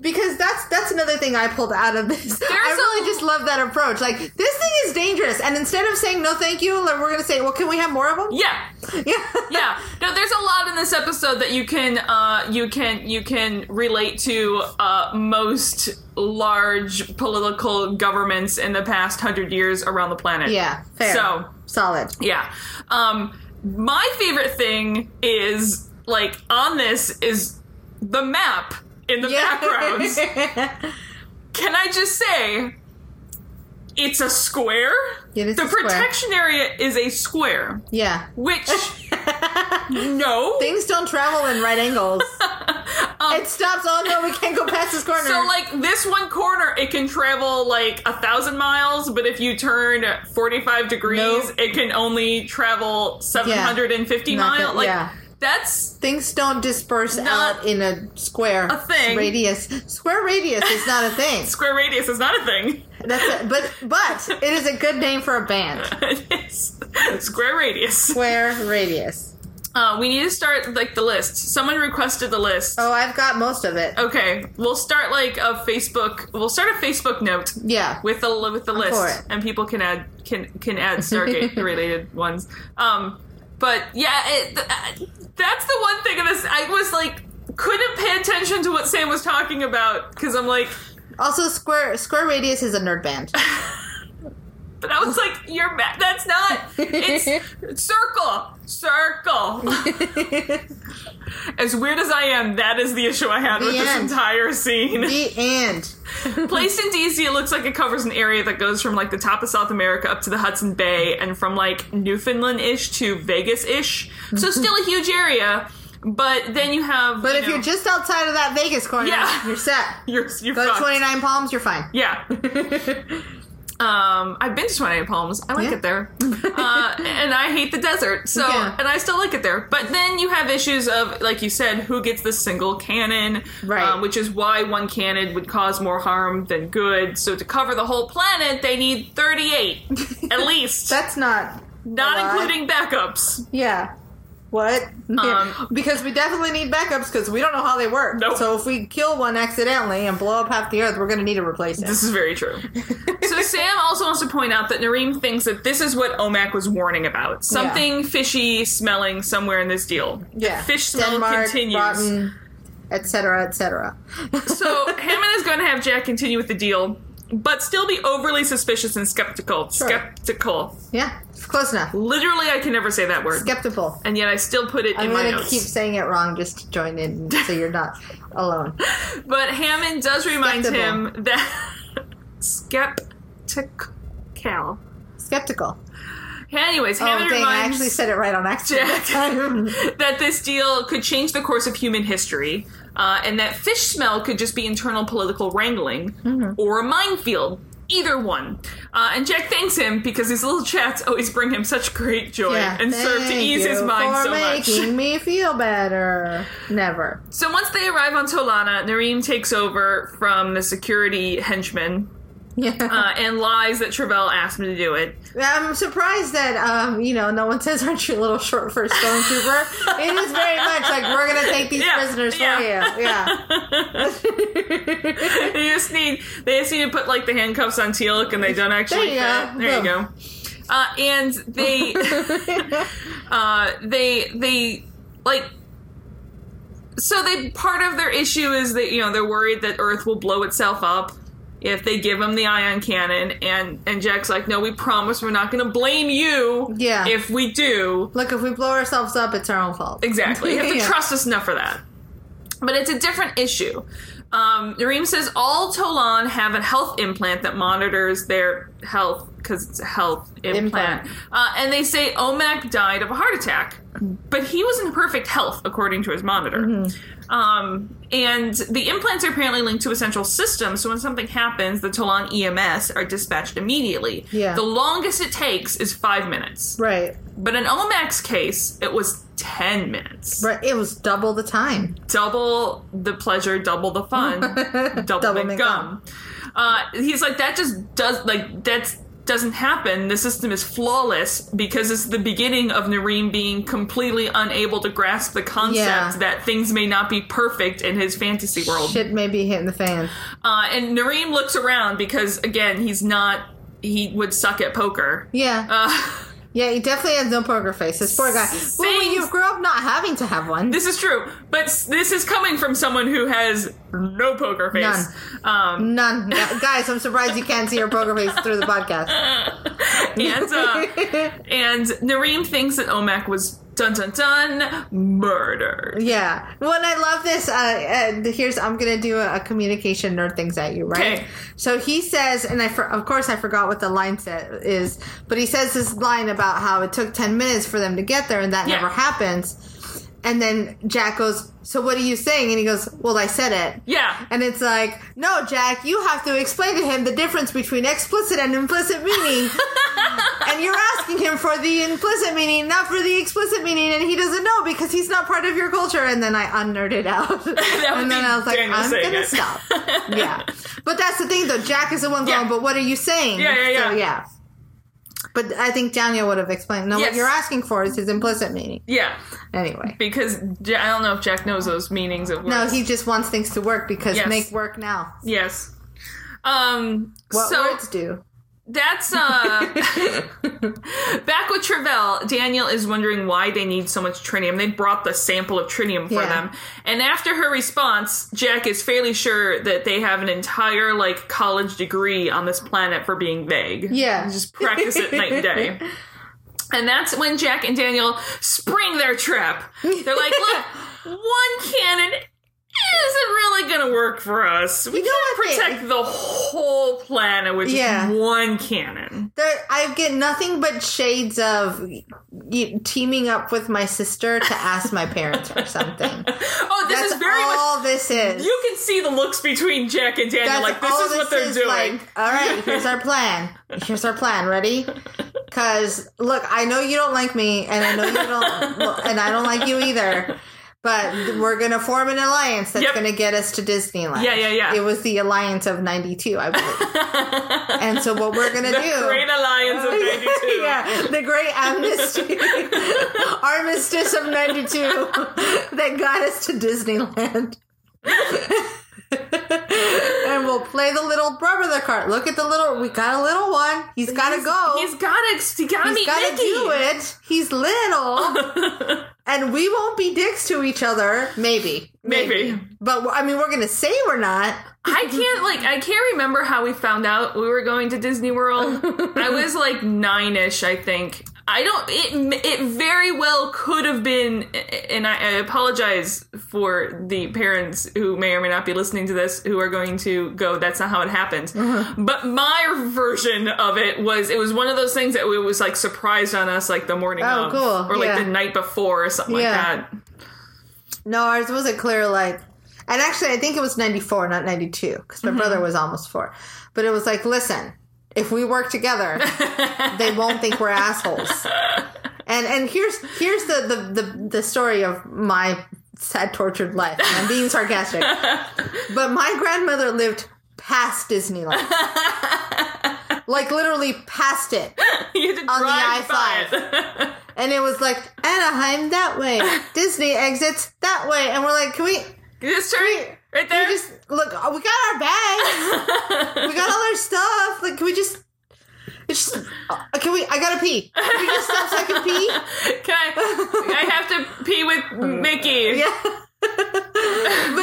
Speaker 2: because that's that's another thing I pulled out of this. (laughs) I
Speaker 1: a-
Speaker 2: really just love that approach. Like this thing is dangerous, and instead of saying no, thank you, like, we're gonna say, well, can we have more of them?
Speaker 1: yeah.
Speaker 2: (laughs) yeah. (laughs)
Speaker 1: Yeah, no. There's a lot in this episode that you can, uh, you can, you can relate to uh, most large political governments in the past hundred years around the planet.
Speaker 2: Yeah, fair.
Speaker 1: So
Speaker 2: solid.
Speaker 1: Yeah. Um, my favorite thing is like on this is the map in the backgrounds.
Speaker 2: (laughs)
Speaker 1: Can I just say it's a square?
Speaker 2: It is
Speaker 1: the
Speaker 2: a square.
Speaker 1: protection area is a square,
Speaker 2: yeah. (laughs)
Speaker 1: which no.
Speaker 2: Things don't travel in
Speaker 1: (laughs)
Speaker 2: right angles. it stops. Oh no, we can't go past this corner.
Speaker 1: Um, so like this one corner, it can travel like a thousand miles, but if you turn forty-five degrees,
Speaker 2: Nope.
Speaker 1: it can only travel seven hundred and fifty
Speaker 2: Nothing-
Speaker 1: miles. Like
Speaker 2: yeah.
Speaker 1: that's
Speaker 2: things don't disperse
Speaker 1: Not
Speaker 2: out in a square
Speaker 1: a thing.
Speaker 2: radius. Square radius is not a
Speaker 1: (laughs)
Speaker 2: thing.
Speaker 1: square radius is not a thing.
Speaker 2: That's a, but but it is a good name for a band.
Speaker 1: It's (laughs) square radius.
Speaker 2: Square radius.
Speaker 1: Uh, we need to start like the list. Someone requested the list.
Speaker 2: Oh, I've got most of it.
Speaker 1: Okay, we'll start like a Facebook. We'll start a Facebook note
Speaker 2: Yeah.
Speaker 1: with the with the
Speaker 2: for
Speaker 1: list,
Speaker 2: it.
Speaker 1: and people can add can can add Stargate related ones. Um, but yeah, it, th- uh, that's the one thing of this. I was like, couldn't pay attention to what Sam was talking about because I'm like, (laughs)
Speaker 2: Also, square square radius is a nerd band.
Speaker 1: But I was like, "You're ma- that's not
Speaker 2: (laughs)
Speaker 1: it's circle, circle." as weird as I am, that is the issue I had with
Speaker 2: The
Speaker 1: this
Speaker 2: end.
Speaker 1: entire scene.
Speaker 2: The end.
Speaker 1: (laughs) Placed in DC, it looks like it covers an area that goes from like the top of South America up to the Hudson Bay, and from like Newfoundland-ish to Vegas-ish.
Speaker 2: (laughs)
Speaker 1: So still a huge area, but then you have.
Speaker 2: But
Speaker 1: you
Speaker 2: if
Speaker 1: know,
Speaker 2: you're just outside of that Vegas corner,
Speaker 1: Yeah.
Speaker 2: you're set.
Speaker 1: you're, you're
Speaker 2: Go to
Speaker 1: fucked.
Speaker 2: 29 Palms, you're fine.
Speaker 1: Yeah. (laughs) um, I've been to 28 Palms. I like
Speaker 2: Yeah.
Speaker 1: it
Speaker 2: (laughs)
Speaker 1: there. Uh, and I hate the desert. So,
Speaker 2: Yeah.
Speaker 1: and I still like it there. But then you have issues of, like you said, who gets the single cannon,
Speaker 2: Right.
Speaker 1: um, which is why one cannon would cause more harm than good. So to cover the whole planet, they need 38
Speaker 2: (laughs)
Speaker 1: at least,
Speaker 2: That's not. a
Speaker 1: not
Speaker 2: lot.
Speaker 1: including backups.
Speaker 2: Yeah. What? (laughs)
Speaker 1: Um,
Speaker 2: because we definitely need backups because we don't know how they work.
Speaker 1: Nope.
Speaker 2: So if we kill one accidentally and blow up half the earth, we're going to need to replace it.
Speaker 1: This is very
Speaker 2: (laughs)
Speaker 1: true. so Sam also wants to point out that Nareem thinks that this is what Omac was warning about. Something fishy smelling somewhere in this deal.
Speaker 2: yeah.
Speaker 1: Fish smell
Speaker 2: Denmark,
Speaker 1: continues.
Speaker 2: rotten, et cetera, et cetera. (laughs)
Speaker 1: So Hammond is going to have Jack continue with the deal, but still be overly suspicious and skeptical.
Speaker 2: Sure.
Speaker 1: Skeptical.
Speaker 2: Yeah. It's close enough.
Speaker 1: Literally, I can never say that word.
Speaker 2: Skeptical.
Speaker 1: and yet I still put it
Speaker 2: I'm
Speaker 1: in my
Speaker 2: going to
Speaker 1: notes.
Speaker 2: keep saying it wrong just to join in (laughs) so you're not alone.
Speaker 1: But Hammond does remind
Speaker 2: Skeptical.
Speaker 1: him that (laughs) skeptical.
Speaker 2: Skeptical.
Speaker 1: Anyways,
Speaker 2: Oh,
Speaker 1: Hammond
Speaker 2: dang. I
Speaker 1: reminds
Speaker 2: actually said it right on accident that
Speaker 1: (laughs)
Speaker 2: time.
Speaker 1: that this deal could change the course of human history, uh, and that fish smell could just be internal political wrangling
Speaker 2: Mm-hmm.
Speaker 1: or a minefield. Either one. Uh, and Jack thanks him because these little chats always bring him such great joy
Speaker 2: Yeah,
Speaker 1: and serve to
Speaker 2: thank
Speaker 1: ease his
Speaker 2: you
Speaker 1: mind
Speaker 2: for
Speaker 1: so much.
Speaker 2: making me feel better. Never.
Speaker 1: (laughs) So once they arrive on Tolana, Nareem takes over from the security henchman
Speaker 2: Yeah.
Speaker 1: uh, and lies that Travell asked him to do it. (laughs)
Speaker 2: I'm surprised that um, you know, no one says aren't you a little short for a stormtrooper? it is very much like we're gonna take these
Speaker 1: Yeah,
Speaker 2: prisoners for
Speaker 1: yeah.
Speaker 2: you. Yeah.
Speaker 1: (laughs) they just need they just need to put like the handcuffs on Teal'c, and they don't actually.
Speaker 2: There you
Speaker 1: fit.
Speaker 2: go.
Speaker 1: There you
Speaker 2: Boom.
Speaker 1: go. Uh, and
Speaker 2: (laughs)
Speaker 1: they, uh, they, they like. So they part of their issue is that you know they're worried that Earth will blow itself up if they give them the ion cannon, and and Jack's like, no, we promise we're not going to blame you.
Speaker 2: Yeah.
Speaker 1: If we do,
Speaker 2: (laughs) Look, if we blow ourselves up, it's our own fault.
Speaker 1: Exactly. You have to
Speaker 2: Yeah.
Speaker 1: trust us enough for that. But it's a different issue. Um, Nareem says all Tolan have a health implant that monitors their health because it's a health implant.
Speaker 2: Implant.
Speaker 1: Uh, and they say Omac died of a heart attack, but he was in perfect health according to his monitor.
Speaker 2: Mm-hmm.
Speaker 1: Um, and the implants are apparently linked to a central system, so when something happens, the Tolan EMS are dispatched immediately.
Speaker 2: Yeah.
Speaker 1: The longest it takes is five minutes.
Speaker 2: Right.
Speaker 1: But in Omac's case, it was 10 minutes.
Speaker 2: Right. It was double the time.
Speaker 1: Double the pleasure, double the
Speaker 2: (laughs)
Speaker 1: fun, double,
Speaker 2: Double
Speaker 1: the
Speaker 2: mint
Speaker 1: gum. Uh, he's like, that just does, like, that's doesn't happen. The system is flawless because it's the beginning of Nareem being completely unable to grasp the concept
Speaker 2: Yeah.
Speaker 1: that things may not be perfect in his fantasy world.
Speaker 2: Shit may be hitting the fan.
Speaker 1: Uh, and Nareem looks around because, again, he's not, he would suck at poker.
Speaker 2: Yeah.
Speaker 1: Uh, (laughs)
Speaker 2: yeah, he definitely has no poker face. This poor guy. Well, when you grew up not having to have one.
Speaker 1: This is true, but s- this is coming from someone who has no poker face. Um,
Speaker 2: None. Guys, I'm surprised you can't see your poker face through the
Speaker 1: (laughs)
Speaker 2: podcast.
Speaker 1: and uh,
Speaker 2: (laughs)
Speaker 1: and Nareem thinks that Omac was dun dun dun murdered.
Speaker 2: Yeah. Well, and I love this. Uh, uh, here's I'm gonna do a, a communication nerd things at you, right?
Speaker 1: Okay.
Speaker 2: So he says, and I for, of course I forgot what the line set is, but he says this line about how it took ten minutes for them to get there, and that
Speaker 1: Yeah.
Speaker 2: never happens. And then Jack goes, "So what are you saying?" And he goes, "Well, I said it."
Speaker 1: Yeah,
Speaker 2: And it's like, no, Jack, you have to explain to him the difference between explicit and implicit
Speaker 1: (laughs)
Speaker 2: meaning. and you're asking him for the implicit meaning, not for the explicit meaning, and he doesn't know because he's not part of your culture. And then I
Speaker 1: (laughs)
Speaker 2: unnerded out. and then
Speaker 1: be
Speaker 2: I was like,
Speaker 1: Daniel
Speaker 2: I'm
Speaker 1: saying
Speaker 2: going to
Speaker 1: it. (laughs)
Speaker 2: stop. yeah. But that's the thing, though. Jack is the one
Speaker 1: Yeah.
Speaker 2: going, but what are you saying?
Speaker 1: Yeah, yeah,
Speaker 2: So,
Speaker 1: yeah.
Speaker 2: yeah. But I think Daniel would have explained. No,
Speaker 1: Yes.
Speaker 2: what you're asking for is his implicit meaning.
Speaker 1: yeah.
Speaker 2: Anyway.
Speaker 1: Because Ja- I don't know if Jack knows those meanings of words.
Speaker 2: No, he just wants things to work because
Speaker 1: Yes.
Speaker 2: make work now.
Speaker 1: yes. Um.
Speaker 2: What
Speaker 1: so
Speaker 2: words do?
Speaker 1: That's uh (laughs) back with Travell, Daniel is wondering why they need so much tritium. They brought the sample of tritium for
Speaker 2: Yeah.
Speaker 1: them. And after her response, Jack is fairly sure that they have an entire like college degree on this planet for being vague.
Speaker 2: Yeah.
Speaker 1: You just practice it night and day.
Speaker 2: (laughs)
Speaker 1: And that's when Jack and Daniel spring their trap. They're like,
Speaker 2: (laughs)
Speaker 1: look, one cannon isn't really going to work for us. We
Speaker 2: You know
Speaker 1: can't
Speaker 2: what they-
Speaker 1: protect the whole planet with
Speaker 2: Yeah.
Speaker 1: just one cannon.
Speaker 2: There, I get nothing but shades of you, teaming up with my sister to ask my parents or something.
Speaker 1: Oh, (laughs) this
Speaker 2: That's
Speaker 1: is very much.
Speaker 2: all this is.
Speaker 1: You can see the looks between Jack and Daniel.
Speaker 2: That's
Speaker 1: like, this
Speaker 2: all
Speaker 1: is what they're
Speaker 2: is,
Speaker 1: doing.
Speaker 2: Like, all right, here's our plan. Here's our
Speaker 1: (laughs)
Speaker 2: plan. Ready? Because look, I know you don't like me, and I know you don't, and I don't like you either. But we're gonna form an alliance that's
Speaker 1: Yep.
Speaker 2: gonna get us to Disneyland.
Speaker 1: Yeah, yeah, yeah.
Speaker 2: It was the alliance of '92, I
Speaker 1: (laughs)
Speaker 2: believe. and so what we're gonna
Speaker 1: the
Speaker 2: do?
Speaker 1: Great Alliance
Speaker 2: (laughs)
Speaker 1: of 92. (laughs)
Speaker 2: yeah, the great amnesty, armistice of '92
Speaker 1: (laughs)
Speaker 2: that got us to Disneyland. (laughs) and we'll play the little brother card. Look at the little. We got a little one. He's got to go.
Speaker 1: He's gotta, he gotta
Speaker 2: Oh. He's
Speaker 1: meet
Speaker 2: gotta
Speaker 1: Mickey.
Speaker 2: do it. He's little,
Speaker 1: (laughs)
Speaker 2: and we won't be dicks to each other. Maybe,
Speaker 1: Maybe.
Speaker 2: But I mean, we're gonna say we're not.
Speaker 1: I can't like I can't remember how we found out we were going to Disney
Speaker 2: (laughs)
Speaker 1: World. I was like nine-ish, I think. I don't. It it very well could have been, and I, I apologize for the parents who may or may not be listening to this who are going to go. That's not how it happened.
Speaker 2: Uh-huh.
Speaker 1: But my version of it was it was one of those things that it was like surprised on us like the morning
Speaker 2: Oh,
Speaker 1: of,
Speaker 2: cool.
Speaker 1: or like
Speaker 2: Yeah.
Speaker 1: the night before or something
Speaker 2: Yeah.
Speaker 1: like that. (laughs)
Speaker 2: No, ours was a clear like, and actually, I think it was ninety four, not ninety two, because my brother was almost four. But it was like, listen, if we work together, they won't think we're assholes. And and here's here's the the the, the story of my sad tortured life. And I'm being sarcastic, but my grandmother lived past Disneyland. Like literally past it,
Speaker 1: you had to
Speaker 2: On the
Speaker 1: drive by
Speaker 2: I-five.
Speaker 1: it. (laughs)
Speaker 2: and it was like Anaheim that way, Disney exits that way, and we're like, can we
Speaker 1: This turn right there.
Speaker 2: we just look. oh, We got our bags. we got all our stuff. Like, can we just? It's just. uh, Can we? I gotta pee. Can we just stop so I can pee?
Speaker 1: Can I, I have to pee with Mickey.
Speaker 2: Yeah. but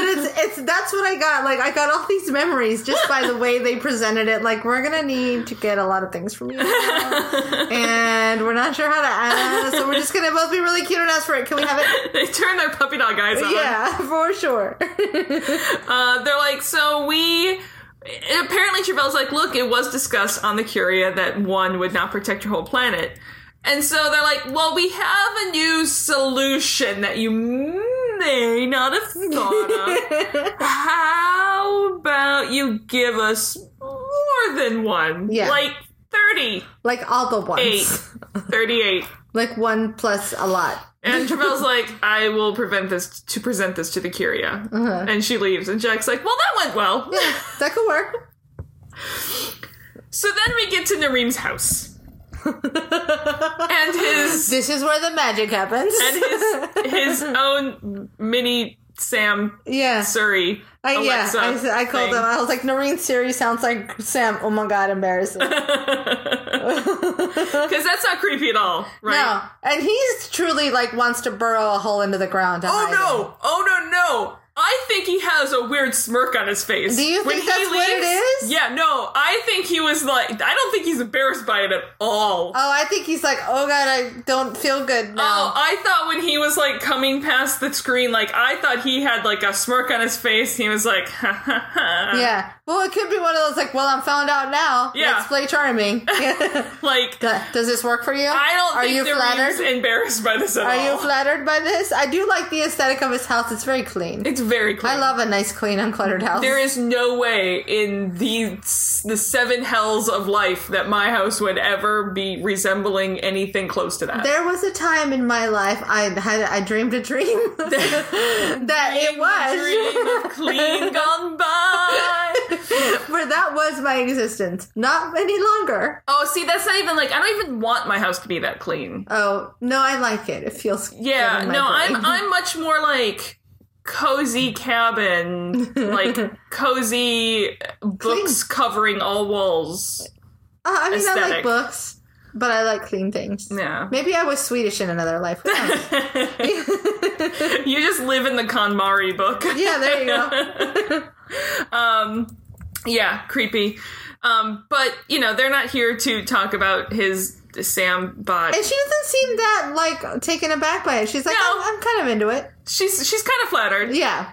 Speaker 2: it's it's that's what I got. Like I got all these memories just by the way they presented it. Like we're gonna need to get a lot of things from you, and we're not sure how to ask. So we're just gonna both be really cute and ask for it. Can we have it?
Speaker 1: (laughs) They turn their puppy dog eyes on.
Speaker 2: Yeah, for sure.
Speaker 1: Uh, they're like, so we. Apparently, Travell's like, look, it was discussed on the Curia that one would not protect your whole planet. And so they're like, well, we have a new solution that you may not have thought
Speaker 2: (laughs)
Speaker 1: of. How about you give us more than one?
Speaker 2: Yeah.
Speaker 1: Like
Speaker 2: (laughs)
Speaker 1: 30,
Speaker 2: like all the ones.
Speaker 1: 8, 38.
Speaker 2: Like one plus a lot.
Speaker 1: And Travell's like, I will prevent this to present this to the Curia, and she leaves. And Jack's like, Well, that went well.
Speaker 2: Uh-huh. Yeah, that could work.
Speaker 1: So then we get to Nareem's
Speaker 2: (laughs)
Speaker 1: house, and his
Speaker 2: This is where the magic happens.
Speaker 1: and his his own mini Sam
Speaker 2: yeah.
Speaker 1: Surrey.
Speaker 2: I, yeah,
Speaker 1: Alexa
Speaker 2: I, I called
Speaker 1: thing.
Speaker 2: them. I was like, Noreen Siri sounds like Sam. Oh my god,
Speaker 1: (laughs)
Speaker 2: embarrassing.
Speaker 1: because that's not creepy at all,
Speaker 2: No,
Speaker 1: right?
Speaker 2: and he's truly like wants to burrow a hole into the ground. to
Speaker 1: Oh
Speaker 2: hide
Speaker 1: no! Oh no! No! I think he has a weird smirk on his face.
Speaker 2: Do you
Speaker 1: When
Speaker 2: think
Speaker 1: he
Speaker 2: that's what it
Speaker 1: leaves-
Speaker 2: is?
Speaker 1: Yeah, no. I think he was like, I don't think he's embarrassed by it at all.
Speaker 2: Oh, I think he's like, oh god, I don't feel good
Speaker 1: Oh,
Speaker 2: now.
Speaker 1: I thought when he was like coming past the screen, like I thought he had like a smirk on his face. He was like, ha ha ha.
Speaker 2: yeah. Well, it could be one of those like, well, I'm found out now.
Speaker 1: uh, Yeah.
Speaker 2: Let's play charming.
Speaker 1: (laughs) Like
Speaker 2: Does this work for you?
Speaker 1: I don't
Speaker 2: Are
Speaker 1: think
Speaker 2: you
Speaker 1: the Reeves
Speaker 2: flattered?
Speaker 1: embarrassed by this at
Speaker 2: Are
Speaker 1: all.
Speaker 2: you flattered by this? I do like the aesthetic of his house. It's very clean.
Speaker 1: (laughs) it's very clear.
Speaker 2: I love a nice, clean, uncluttered house.
Speaker 1: There is no way in the the seven hells of life that my house would ever be resembling anything close to that. (laughs)
Speaker 2: There (laughs) was a time in my life I had I dreamed a dream (laughs) that it was
Speaker 1: Dream of clean gone by.
Speaker 2: (laughs) where that was my existence. Not any longer.
Speaker 1: Oh, see, that's not even like I don't even want my house to be that clean.
Speaker 2: Oh no, I like it. It feels good
Speaker 1: Yeah,
Speaker 2: in my
Speaker 1: no,
Speaker 2: brain. Uh,
Speaker 1: I'm
Speaker 2: (laughs)
Speaker 1: I'm much more like cozy
Speaker 2: (laughs)
Speaker 1: cabin, like cozy books covering all walls.
Speaker 2: Uh, I mean, I like
Speaker 1: aesthetic.
Speaker 2: books, but I like clean things.
Speaker 1: Yeah.
Speaker 2: Maybe I was Swedish in another life. Who knows?
Speaker 1: (laughs) you just live in the KonMari book. Um,
Speaker 2: yeah, there you go.
Speaker 1: (laughs) Yeah, creepy. Um, but you know, they're not here to talk about his Sam bot.
Speaker 2: And she doesn't seem that like taken aback by it. She's like,
Speaker 1: No.
Speaker 2: I'm, I'm kind of into it.
Speaker 1: She's she's kind of flattered,
Speaker 2: Yeah,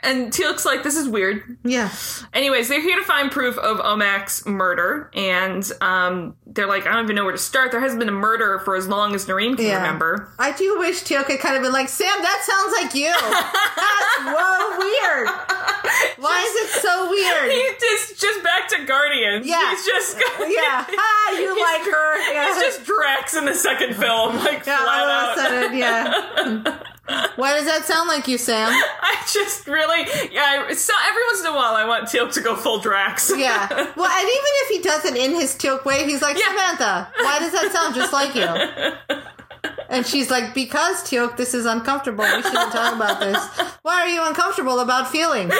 Speaker 1: and Teal'c's like, "This is weird."
Speaker 2: yeah.
Speaker 1: Anyways, they're here to find proof of Omak's murder, and um, they're like, "I don't even know where to start." There hasn't been a murder for as long as Nareem can
Speaker 2: Yeah. (laughs)
Speaker 1: remember.
Speaker 2: I do wish Teal'c had kind of been like, Sam, that sounds like
Speaker 1: (laughs)
Speaker 2: you. That's whoa weird. Why is it
Speaker 1: (laughs)
Speaker 2: so weird?
Speaker 1: He's just just back to Guardians.
Speaker 2: Yeah.
Speaker 1: he's just
Speaker 2: (laughs) Yeah, ah, you like her.
Speaker 1: (laughs)
Speaker 2: Yeah.
Speaker 1: he's just Drax in the
Speaker 2: (laughs)
Speaker 1: second film, like
Speaker 2: yeah,
Speaker 1: flat
Speaker 2: all
Speaker 1: out.
Speaker 2: of
Speaker 1: (laughs)
Speaker 2: a sudden, yeah. Why does that sound like you, Sam?
Speaker 1: I just really, yeah. I, so every once in a while, I want Teal to go full Drax.
Speaker 2: Yeah. Well, and even if he does it in his Teal'c way, he's like,
Speaker 1: Yeah.
Speaker 2: Samantha, why does that sound just like you?
Speaker 1: (laughs)
Speaker 2: And she's like, because Teal'c, this is uncomfortable. We shouldn't talk about this. Why are you uncomfortable about feelings?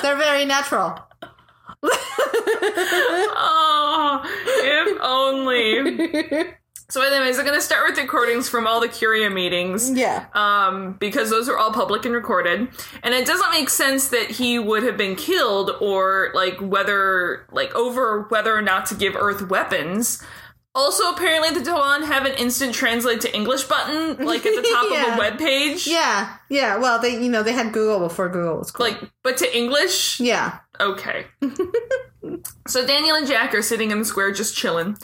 Speaker 2: They're very natural.
Speaker 1: (laughs) oh, if only.
Speaker 2: (laughs)
Speaker 1: So, anyways, I'm going to start with recordings from all the Curia meetings
Speaker 2: Yeah.
Speaker 1: um, because those are all public and recorded. And it doesn't make sense that he would have been killed or like whether, like over whether or not to give Earth weapons. Also, apparently, the Doan have an instant translate to English button, like at the top of
Speaker 2: (laughs) Yeah.
Speaker 1: a web page.
Speaker 2: Yeah. Yeah. Well, they, you know, they had Google before Google was cool.
Speaker 1: Like, but to English,
Speaker 2: yeah. (laughs)
Speaker 1: Okay. so Daniel and Jack are sitting in the square just chilling,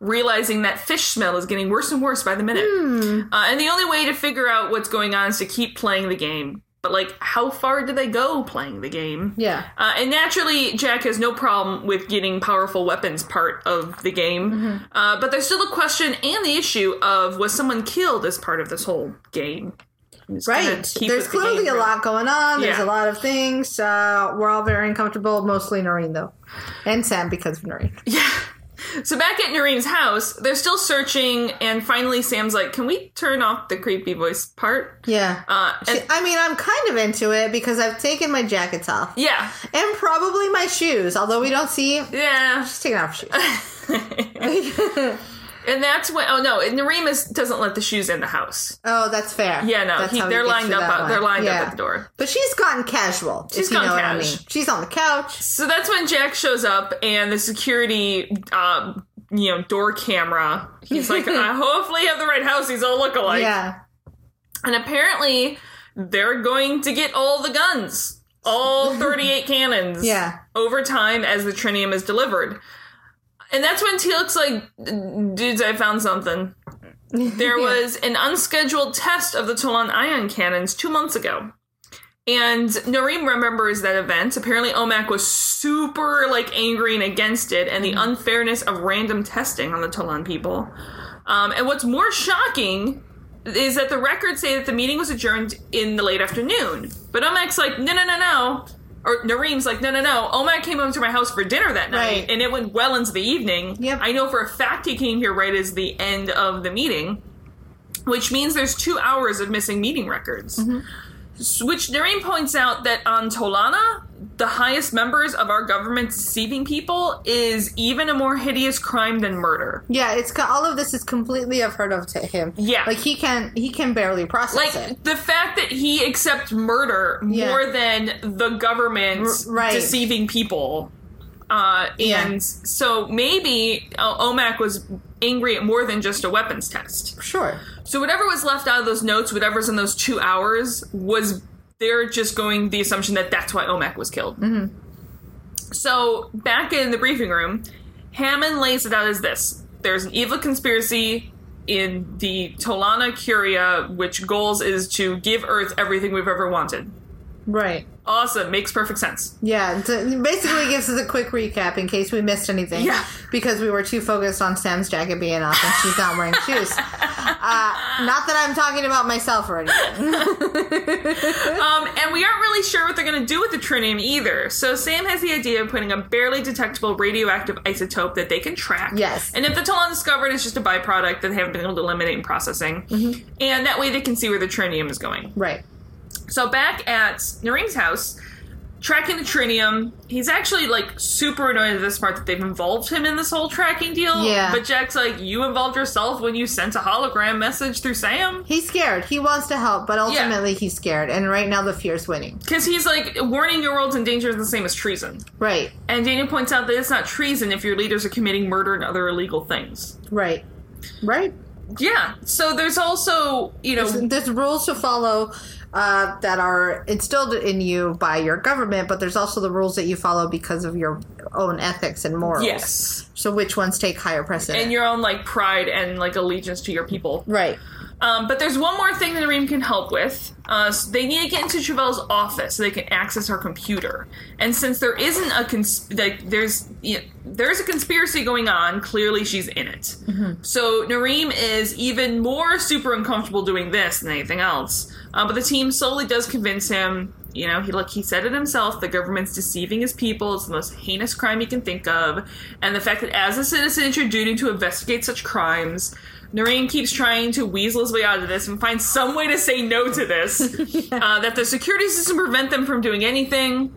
Speaker 1: realizing that fish smell is getting worse and worse by the minute.
Speaker 2: Hmm.
Speaker 1: Uh, and the only way to figure out what's going on is to keep playing the game. But, like, how far do they go playing the game?
Speaker 2: Yeah.
Speaker 1: Uh, and naturally, Jack has no problem with getting powerful weapons part of the game.
Speaker 2: Mm-hmm.
Speaker 1: Uh, but there's still the question and the issue of was someone killed as part of this whole game? I'm just gonna
Speaker 2: Right.
Speaker 1: keep
Speaker 2: There's
Speaker 1: with the
Speaker 2: clearly
Speaker 1: game
Speaker 2: a
Speaker 1: route.
Speaker 2: lot going on. There's
Speaker 1: Yeah.
Speaker 2: a lot of things. Uh, we're all very uncomfortable, mostly Noreen, though. And Sam because
Speaker 1: (laughs)
Speaker 2: of Noreen.
Speaker 1: So back at Noreen's house, they're still searching, and finally Sam's like, "Can we turn off the creepy voice part?"
Speaker 2: Yeah.
Speaker 1: Uh, and,
Speaker 2: I mean, I'm kind of into it because I've taken my jackets off
Speaker 1: yeah,
Speaker 2: and probably my shoes, although we don't see. Just
Speaker 1: yeah,
Speaker 2: taking off
Speaker 1: (laughs)
Speaker 2: shoes.
Speaker 1: and that's when. Oh no, and Noreen is- doesn't let the shoes in the house.
Speaker 2: oh, that's fair.
Speaker 1: Yeah, no,
Speaker 2: That's
Speaker 1: he,
Speaker 2: how he
Speaker 1: they're
Speaker 2: gets
Speaker 1: lined
Speaker 2: through
Speaker 1: up.
Speaker 2: that
Speaker 1: Out,
Speaker 2: one.
Speaker 1: they're lined
Speaker 2: Yeah.
Speaker 1: up at the door.
Speaker 2: But she's gotten casual. She's
Speaker 1: She's
Speaker 2: if you
Speaker 1: gone
Speaker 2: know what I
Speaker 1: cash.
Speaker 2: mean. She's on the couch.
Speaker 1: So that's when Jack shows up, and the security, um, you know, door camera. He's
Speaker 2: (laughs)
Speaker 1: like, "I hopefully have the right house. These all look alike."
Speaker 2: yeah.
Speaker 1: And apparently, they're going to get all the guns, all
Speaker 2: (laughs)
Speaker 1: 38 cannons.
Speaker 2: Yeah.
Speaker 1: Over time as the trinium is delivered. And that's when Teal'c's like, dudes, I found
Speaker 2: (laughs)
Speaker 1: something. There
Speaker 2: Yeah.
Speaker 1: was an unscheduled test of the Tolan ion cannons two months ago. And Nareem remembers that event. Apparently, Omak was super like angry and against it, and the unfairness of random testing on the Tolan people. Um, and what's more shocking is that the records say that the meeting was adjourned in the late afternoon. But Omak's like, no, no, no, no. Or Nareem's like, no, no, no. Omak came home to my house for dinner that night,
Speaker 2: Right.
Speaker 1: and it went well into the evening.
Speaker 2: Yep.
Speaker 1: I know for a fact he came here right as the end of the meeting, which means there's two hours of missing meeting records.
Speaker 2: Mm-hmm.
Speaker 1: S- Which Nareem points out that on Tolana, the highest members of our government deceiving people is even a more hideous crime than murder.
Speaker 2: Yeah, it's co- all of this is completely unheard of to him.
Speaker 1: Yeah.
Speaker 2: like he can he can barely process it.
Speaker 1: Like the fact that he accepts murder
Speaker 2: Yeah.
Speaker 1: more than the government
Speaker 2: R- right.
Speaker 1: deceiving people. Uh, and
Speaker 2: Yeah.
Speaker 1: so maybe uh, Omac was angry at more than just a weapons test.
Speaker 2: Sure.
Speaker 1: So whatever was left out of those notes, whatever's in those two hours, was they're just going the assumption that that's why Omac was killed. So back in the briefing room, Hammond lays it out as this: there's an evil conspiracy in the Tolana Curia, which goals is to give Earth everything we've ever wanted.
Speaker 2: Right.
Speaker 1: Awesome, makes perfect sense.
Speaker 2: Yeah. So basically, gives us a quick recap in case we missed anything.
Speaker 1: Yeah.
Speaker 2: Because we were too focused on Sam's jacket being off and she's not wearing shoes. Uh, not that I'm talking about myself or anything.
Speaker 1: Um, and we aren't really sure what they're going to do with the trinium either. So Sam has the idea of putting a barely detectable radioactive isotope that they can track.
Speaker 2: Yes.
Speaker 1: And if the Talon discovered, it's just a byproduct that they haven't been able to eliminate in processing,
Speaker 2: Mm-hmm.
Speaker 1: and that way they can see where the trinium is going.
Speaker 2: Right.
Speaker 1: So back at Noreen's house, tracking the trinium. He's actually like super annoyed at this part that they've involved him in this whole tracking deal.
Speaker 2: Yeah.
Speaker 1: But Jack's like, you involved yourself when you sent a hologram message through Sam.
Speaker 2: He's scared. He wants to help, but ultimately he's scared. And right now the fear's winning.
Speaker 1: Because he's like, warning your world's in danger is the same as treason.
Speaker 2: Right.
Speaker 1: And Daniel points out that it's not treason if your leaders are committing murder and other illegal things.
Speaker 2: Right. Right.
Speaker 1: Yeah. So there's also, you know,
Speaker 2: There's rules to follow uh, that are instilled in you by your government, but there's also the rules that you follow because of your own ethics and morals.
Speaker 1: yes.
Speaker 2: So which ones take higher precedence?
Speaker 1: And your own like pride and like allegiance to your people.
Speaker 2: right.
Speaker 1: Um, but there's one more thing that Reem can help with. Uh, so they need to get into Chevelle's office so they can access her computer. And since there isn't a cons- like there's you know, there's a conspiracy going on, clearly she's in it. So Nareem is even more super uncomfortable doing this than anything else. Uh, but the team slowly does convince him. You know, he look he said it himself. The government's deceiving his people. It's the most heinous crime he can think of, and the fact that as a citizen, it's your duty to investigate such crimes. Noreen keeps trying to weasel his way out of this and find some way to say no to this. uh, that the security system prevent them from doing anything.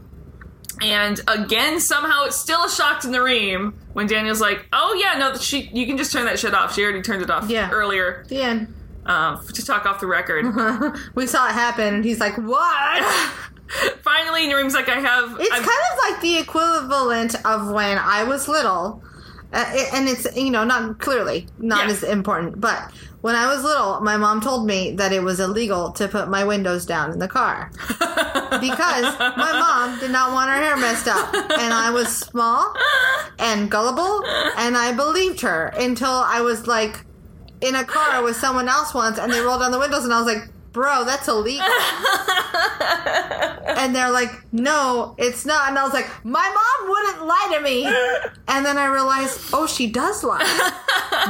Speaker 1: And again, somehow it's still a shock to Nareem when Daniel's like, "Oh yeah, no, she, you can just turn that shit off. She already turned it off
Speaker 2: Yeah.
Speaker 1: earlier
Speaker 2: The end.
Speaker 1: uh, to talk off the
Speaker 2: (laughs)
Speaker 1: record."
Speaker 2: Uh-huh. We saw it happen, and he's like, "What?"
Speaker 1: (laughs) Finally, Nareem's like, "I have."
Speaker 2: It's
Speaker 1: I've-
Speaker 2: kind of like the equivalent of when I was little, uh, it- and it's you know not clearly not
Speaker 1: Yeah.
Speaker 2: as important, but when I was little, my mom told me that it was illegal to put my windows down in the car because my mom did not want her hair messed up, and I was small and gullible, and I believed her until I was like in a car with someone else once, and they rolled down the windows, and I was like. Bro, that's illegal. And they're like, no, it's not. And I was like, my mom wouldn't lie to me. And then I realized, oh, she does lie.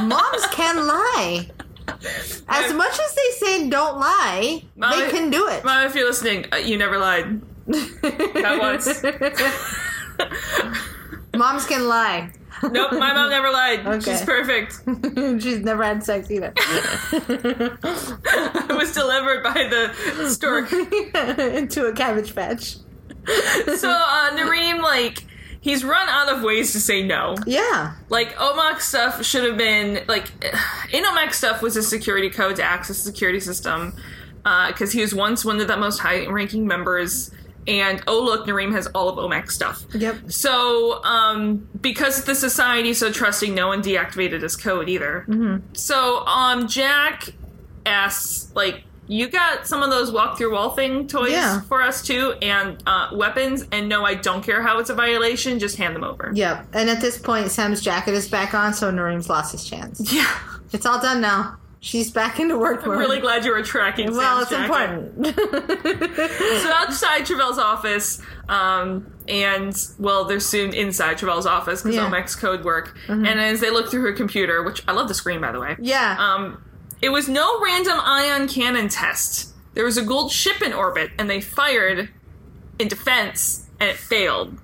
Speaker 1: (laughs)
Speaker 2: Moms can lie. As much as they say don't lie,
Speaker 1: Mom,
Speaker 2: they can do it.
Speaker 1: Mom, if you're listening, uh, you never lied. (laughs) That once.
Speaker 2: (laughs) Moms can lie.
Speaker 1: Nope, my mom never lied. She's
Speaker 2: Okay.
Speaker 1: perfect. (laughs)
Speaker 2: (laughs) She's never had sex either. (laughs)
Speaker 1: I was delivered by the
Speaker 2: (laughs)
Speaker 1: stork.
Speaker 2: Into a cabbage patch.
Speaker 1: So uh, Nareem, like, he's run out of ways to say no.
Speaker 2: Yeah.
Speaker 1: Like Omak stuff should have been like (sighs) in Omak stuff was his security code to access the security system because he was once one of the most high-ranking members. And oh look, Nareem has all of Omak stuff.
Speaker 2: Yep.
Speaker 1: So, um, because the society's so trusting, no one deactivated his code either. So, um, Jack asks, like, you got some of those walk through wall thing toys
Speaker 2: Yeah.
Speaker 1: for us too, and uh, weapons. And no, I don't care how it's a violation. Just hand them over.
Speaker 2: Yep. And at this point, Sam's jacket is back on, so Nareem's lost his chance.
Speaker 1: Yeah.
Speaker 2: It's all done now. She's back into work mode.
Speaker 1: I'm really glad you were tracking.
Speaker 2: well,
Speaker 1: Sam's
Speaker 2: it's
Speaker 1: jacket.
Speaker 2: important. (laughs)
Speaker 1: So outside Travel's office, um, and well, they're soon inside Travel's office because
Speaker 2: Yeah. Mm-hmm.
Speaker 1: Omek's code work. And as they look through her computer, which I love the screen by the way.
Speaker 2: yeah.
Speaker 1: Um, it was no random ion cannon test. There was a gold ship in orbit, and they fired in defense, and it failed.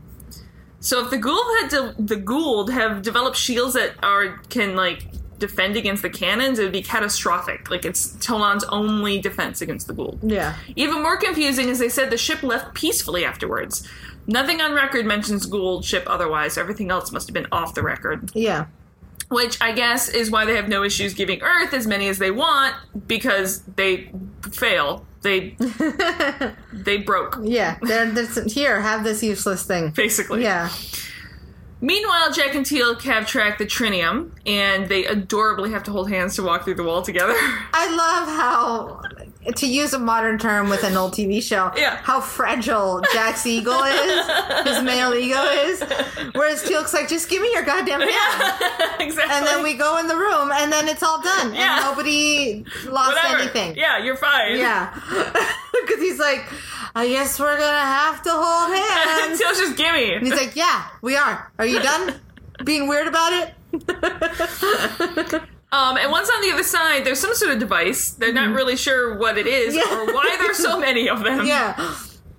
Speaker 1: So if the Gould had de- the Gould have developed shields that are can like defend against the cannons, it would be catastrophic. Like it's Tolan's only defense against the Gould.
Speaker 2: yeah.
Speaker 1: Even more confusing is they said the ship left peacefully afterwards. Nothing on record mentions Gould ship otherwise. Everything else must have been off the record
Speaker 2: Yeah. (laughs)
Speaker 1: which I guess is why they have no issues giving Earth as many as they want because they fail. They
Speaker 2: (laughs)
Speaker 1: they broke
Speaker 2: Yeah. They're, they're, here, have this useless thing.
Speaker 1: basically.
Speaker 2: Yeah.
Speaker 1: Meanwhile, Jack and Teal have tracked the Trinium, and they adorably have to hold hands to walk through the wall together.
Speaker 2: (laughs) I love how, to use a modern term with an old TV show,
Speaker 1: Yeah.
Speaker 2: how fragile Jack's ego is, his male ego is. Whereas Teal'c's like, just give me your goddamn hand.
Speaker 1: (laughs) exactly.
Speaker 2: And then we go in the room, and then it's all done.
Speaker 1: Yeah.
Speaker 2: And nobody lost
Speaker 1: Whatever.
Speaker 2: anything.
Speaker 1: Yeah, you're fine.
Speaker 2: Yeah. (laughs) Because he's like, I guess we're going to have to
Speaker 1: (laughs)
Speaker 2: hold
Speaker 1: (laughs)
Speaker 2: hands.
Speaker 1: Teal's just gimme.
Speaker 2: And he's like, Yeah, we are. Are you done being weird about it?
Speaker 1: Um, and once on the other side, there's some sort of device. They're not really sure what it is
Speaker 2: Mm-hmm.
Speaker 1: or
Speaker 2: Yeah. (laughs)
Speaker 1: why there's so many of them.
Speaker 2: Yeah.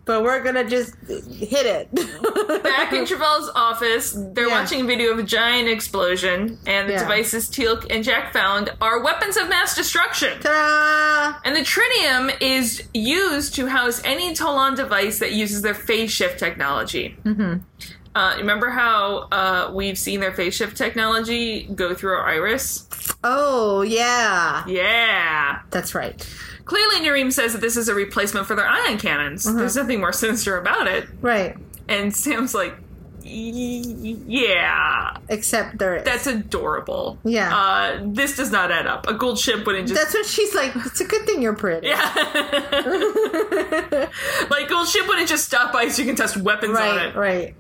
Speaker 2: but we're gonna just hit it.
Speaker 1: Back
Speaker 2: (laughs)
Speaker 1: in Travol's office, they're
Speaker 2: Yeah.
Speaker 1: watching a video of a giant explosion, and the
Speaker 2: Yeah.
Speaker 1: devices Teal'c and Jack found are weapons of mass destruction.
Speaker 2: Ta-da!
Speaker 1: And the tritium is used to house any Tolan device that uses their phase shift technology. Mm-hmm. Uh, remember how uh, we've seen their phase shift technology go through our iris?
Speaker 2: Oh yeah,
Speaker 1: Yeah.
Speaker 2: that's right.
Speaker 1: Clearly, Nareem says that this is a replacement for their ion cannons.
Speaker 2: Mm-hmm.
Speaker 1: There's nothing more sinister about it.
Speaker 2: Right.
Speaker 1: And Sam's like, "Y- yeah,
Speaker 2: Except there is.
Speaker 1: that's adorable.
Speaker 2: Yeah.
Speaker 1: Uh, this does not add up. A gold ship wouldn't just
Speaker 2: That's what she's like. It's a good thing
Speaker 1: (laughs)
Speaker 2: you're pretty.
Speaker 1: Like, well, ship wouldn't just stop by so you can test weapons on
Speaker 2: (laughs) Right.
Speaker 1: it.
Speaker 2: Right.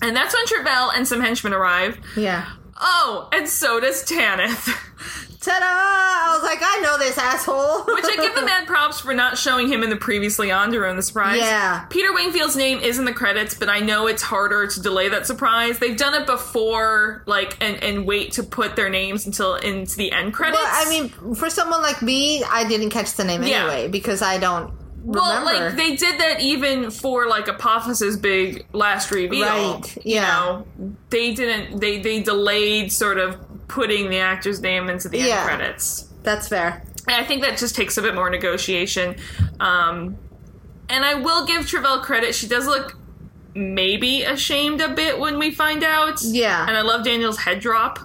Speaker 1: And that's when Travell and some henchmen arrive.
Speaker 2: Yeah.
Speaker 1: Oh, and so does Tanith. (laughs)
Speaker 2: Ta-da! I was like, I know this asshole.
Speaker 1: Which I
Speaker 2: (laughs)
Speaker 1: give the man props for not showing him in the previously on to ruin the surprise.
Speaker 2: Yeah.
Speaker 1: Peter Wingfield's name is in the credits, but I know it's harder to delay that surprise. They've done it before, like, and, and wait to put their names until into the end credits.
Speaker 2: Well, I mean, for someone like me, I didn't catch the name
Speaker 1: Yeah.
Speaker 2: anyway because I don't remember.
Speaker 1: Well, like they did that even for like Apophis's big last reveal.
Speaker 2: Right,
Speaker 1: You
Speaker 2: yeah.
Speaker 1: know, they didn't. They they delayed sort of putting the actor's name into the
Speaker 2: Yeah.
Speaker 1: end credits.
Speaker 2: That's fair.
Speaker 1: And I think that just takes a bit more negotiation. Um, and I will give Travell credit; she does look maybe ashamed a bit when we find out.
Speaker 2: Yeah.
Speaker 1: And I love Daniel's head drop.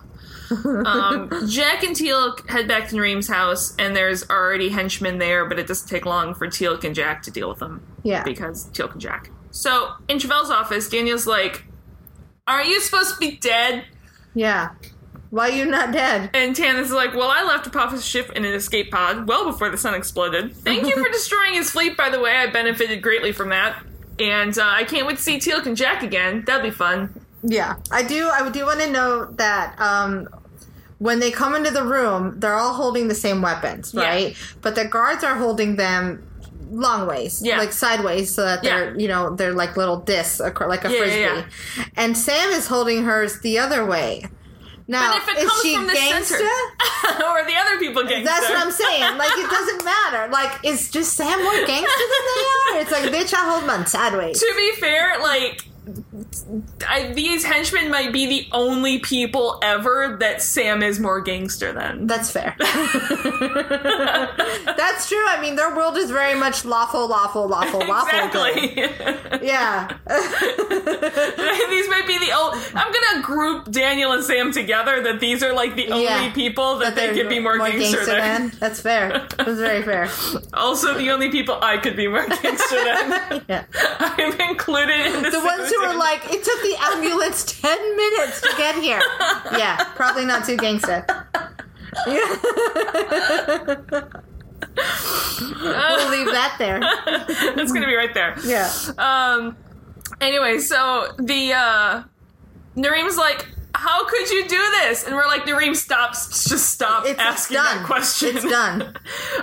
Speaker 1: um, Jack and Teal'c head back to Nareem's house, and there's already henchmen there, but it doesn't take long for Teal'c and Jack to deal with them.
Speaker 2: Yeah.
Speaker 1: Because Teal'c and Jack. So in Travell's office, Daniel's like, "Aren't you supposed to be dead?"
Speaker 2: Yeah. Why you not dead?
Speaker 1: And Tanith's like, Well, I left Apophis' ship in an escape pod well before the sun exploded. Thank you for destroying his fleet, by the way. I benefited greatly from that. And uh, I can't wait to see Teal'c and Jack again. That'd be fun.
Speaker 2: Yeah, I do. I do want to know that um, when they come into the room, they're all holding the same weapons,
Speaker 1: Yeah.
Speaker 2: right? But the guards are holding them long ways,
Speaker 1: Yeah.
Speaker 2: like sideways, so that they're
Speaker 1: Yeah.
Speaker 2: you know they're like little discs, acro- like a
Speaker 1: Yeah,
Speaker 2: frisbee.
Speaker 1: yeah,
Speaker 2: And Sam is holding hers the other way. Now,
Speaker 1: But if it
Speaker 2: is
Speaker 1: comes
Speaker 2: she
Speaker 1: from the
Speaker 2: gangsta?
Speaker 1: center, (laughs) or the other people gangster.
Speaker 2: That's what I'm saying. Like it doesn't matter. Like it's just Sam more gangster than they are. It's like bitch, I hold
Speaker 1: (laughs)
Speaker 2: mine sideways.
Speaker 1: to be fair, like I, these henchmen might be the only people ever that Sam is more gangster
Speaker 2: (laughs)
Speaker 1: than. (laughs)
Speaker 2: That's fair. That's true. I mean, their world is very much lawful,
Speaker 1: (laughs)
Speaker 2: lawful, lawful, lawful.
Speaker 1: Exactly. (laughs)
Speaker 2: Yeah.
Speaker 1: these might be the only. I'm gonna group Daniel and Sam together. That these are like the only
Speaker 2: Yeah.
Speaker 1: people that, they could be more, gangster, than.
Speaker 2: than. That's fair. That's very fair.
Speaker 1: (laughs) Also, the only people I could be more gangster
Speaker 2: (laughs)
Speaker 1: than. (laughs)
Speaker 2: Yeah.
Speaker 1: I'm included in this. (laughs)
Speaker 2: The ones who were like, it took the ambulance (laughs) 10 minutes to get here. Yeah, probably not too gangster. (laughs) Yeah. we'll leave that there.
Speaker 1: that's gonna be right there.
Speaker 2: Yeah.
Speaker 1: Um. Anyway, so the uh, Nareem's like, "How could you do this?" And we're like, "Nareem, stop! s- Just stop
Speaker 2: It's, it's
Speaker 1: asking
Speaker 2: done.
Speaker 1: that question."
Speaker 2: It's done.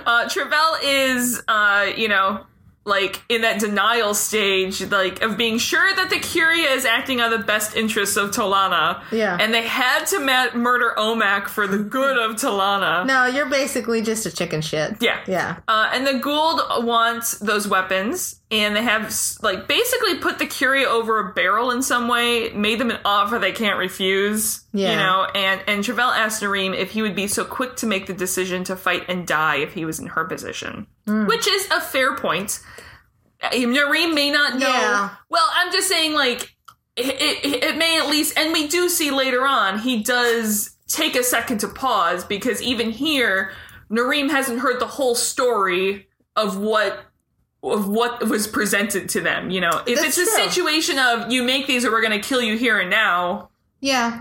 Speaker 1: Uh, Travell is, uh, you know, like in that denial stage, like of being sure that the Curia is acting on the best interests of Tolana.
Speaker 2: Yeah.
Speaker 1: And they had to ma- murder Omak for the good of Tolana.
Speaker 2: No, you're basically just a chicken shit.
Speaker 1: Yeah.
Speaker 2: Yeah.
Speaker 1: Uh, and the Gould wants those weapons, and they have s- like basically put the Curia over a barrel in some way, made them an offer they can't refuse. You
Speaker 2: Yeah.
Speaker 1: know, and and Travell asked Nareem if he would be so quick to make the decision to fight and die if he was in her position,
Speaker 2: Mm.
Speaker 1: which is a fair point. Uh, Nareem may not know.
Speaker 2: Yeah.
Speaker 1: Well, I'm just saying, like it, it, it may at least, and we do see later on, he does take a second to pause because even here, Nareem hasn't heard the whole story of what of what was presented to them. You know, if it's
Speaker 2: That's
Speaker 1: a
Speaker 2: true.
Speaker 1: situation of you make these or we're going to kill you here and now,
Speaker 2: Yeah.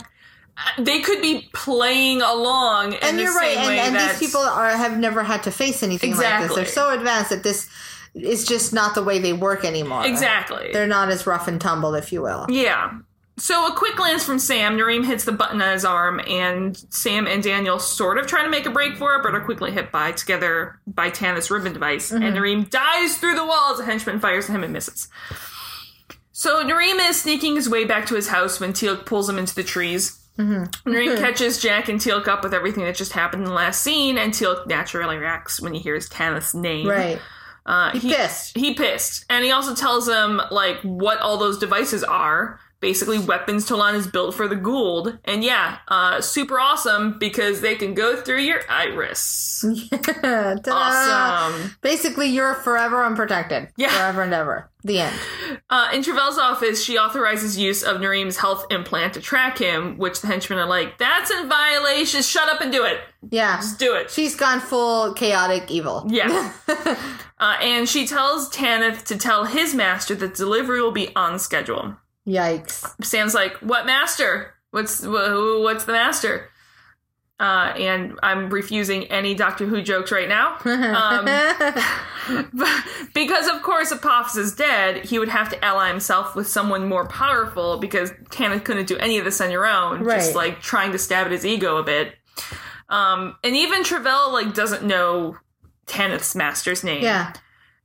Speaker 1: they could be playing along. In
Speaker 2: and
Speaker 1: the
Speaker 2: you're right
Speaker 1: same way
Speaker 2: and, and
Speaker 1: that-
Speaker 2: these people are have never had to face anything like this
Speaker 1: Exactly.
Speaker 2: they're so advanced that this is just not the way they work anymore
Speaker 1: exactly.
Speaker 2: they're not as rough and tumble if you will
Speaker 1: Yeah. So a quick glance from Sam, Nareem hits the button on his arm, and Sam and Daniel sort of try to make a break for it, but are quickly hit by together by Tanith's ribbon device. And Nareem dives through the wall as a henchman fires at him and misses. So Nareem is sneaking his way back to his house when Teal'c pulls him into the trees. Nareem catches Jack and Teal'c up with everything that just happened in the last scene, and Teal'c naturally reacts when he hears Tanith's name.
Speaker 2: right
Speaker 1: Uh, he,
Speaker 2: pissed.
Speaker 1: He pissed, and he also tells him like what all those devices are. Basically, weapons Tolan is built for the Gould, and yeah, uh, super awesome because they can go through your iris.
Speaker 2: (laughs) Ta-da.
Speaker 1: Awesome.
Speaker 2: Basically, you're forever unprotected.
Speaker 1: Yeah.
Speaker 2: Forever and ever. The end.
Speaker 1: Uh, in Travel's office, she authorizes use of Nareem's health implant to track him, which the henchmen are like, "That's in violation. Shut up and do it.
Speaker 2: Yeah.
Speaker 1: Just do it."
Speaker 2: She's gone full chaotic evil.
Speaker 1: Yeah. uh, and she tells Tanith to tell his master that delivery will be on schedule.
Speaker 2: Yikes.
Speaker 1: Sam's like, "What master? What's wh- who- what's the master?" Uh, and I'm refusing any Doctor Who jokes right
Speaker 2: (laughs)
Speaker 1: now um, (laughs) because, of course, Apophis is dead. He would have to ally himself with someone more powerful because Tanith couldn't do any of this on your own. Just
Speaker 2: Right.
Speaker 1: like trying to stab at his ego a bit. Um, and even Travell like doesn't know Tanith's master's name.
Speaker 2: yeah.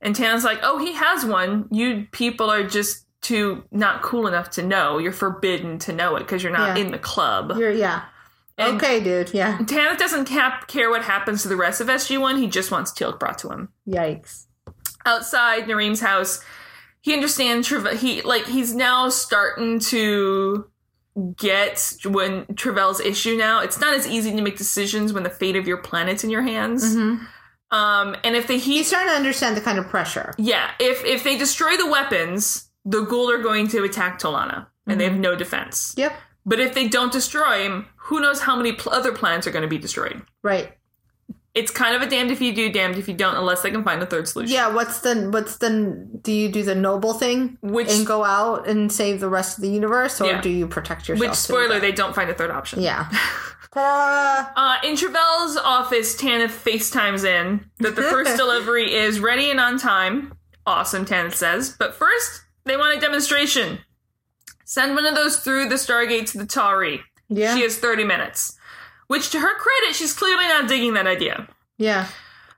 Speaker 1: And Tan's like, oh, he has one. You people are just too not cool enough to know. You're forbidden to know it because you're not
Speaker 2: Yeah.
Speaker 1: in the club.
Speaker 2: You're, yeah.
Speaker 1: And-
Speaker 2: okay, dude. Yeah.
Speaker 1: Tanith doesn't cap- care what happens to the rest of SG1. He just wants Teal'c brought to him.
Speaker 2: Yikes.
Speaker 1: Outside Nareem's house, he understands Trave- he like he's now starting to get when Travell's issue now. It's not as easy to make decisions when the fate of your planet's in your hands.
Speaker 2: Mm-hmm.
Speaker 1: Um, and if the heat
Speaker 2: He's starting to understand the kind of pressure.
Speaker 1: Yeah, if if they destroy the weapons, the Gould are going to attack Tolana, and they have
Speaker 2: Mm-hmm.
Speaker 1: no defense.
Speaker 2: Yep.
Speaker 1: But if they don't destroy him, who knows how many pl- other planets are going to be destroyed?
Speaker 2: Right.
Speaker 1: It's kind of a damned if you do, damned if you don't, unless they can find a third solution.
Speaker 2: Yeah. What's the what's the do you do the noble thing
Speaker 1: Which-
Speaker 2: and go out and save the rest of the universe, or
Speaker 1: Yeah.
Speaker 2: do you protect yourself?
Speaker 1: Which
Speaker 2: through
Speaker 1: spoiler,
Speaker 2: that?
Speaker 1: they don't find a third option.
Speaker 2: Yeah.
Speaker 1: (laughs)
Speaker 2: Ta-da.
Speaker 1: Uh, in Travell's office, Tanith FaceTimes in that the
Speaker 2: (laughs)
Speaker 1: first delivery is ready and on time. Awesome, Tanith says. But first, they want a demonstration. Send one of those through the Stargate to the Tari.
Speaker 2: Yeah.
Speaker 1: She has 30 minutes. Which, to her credit, she's clearly not digging that idea.
Speaker 2: yeah.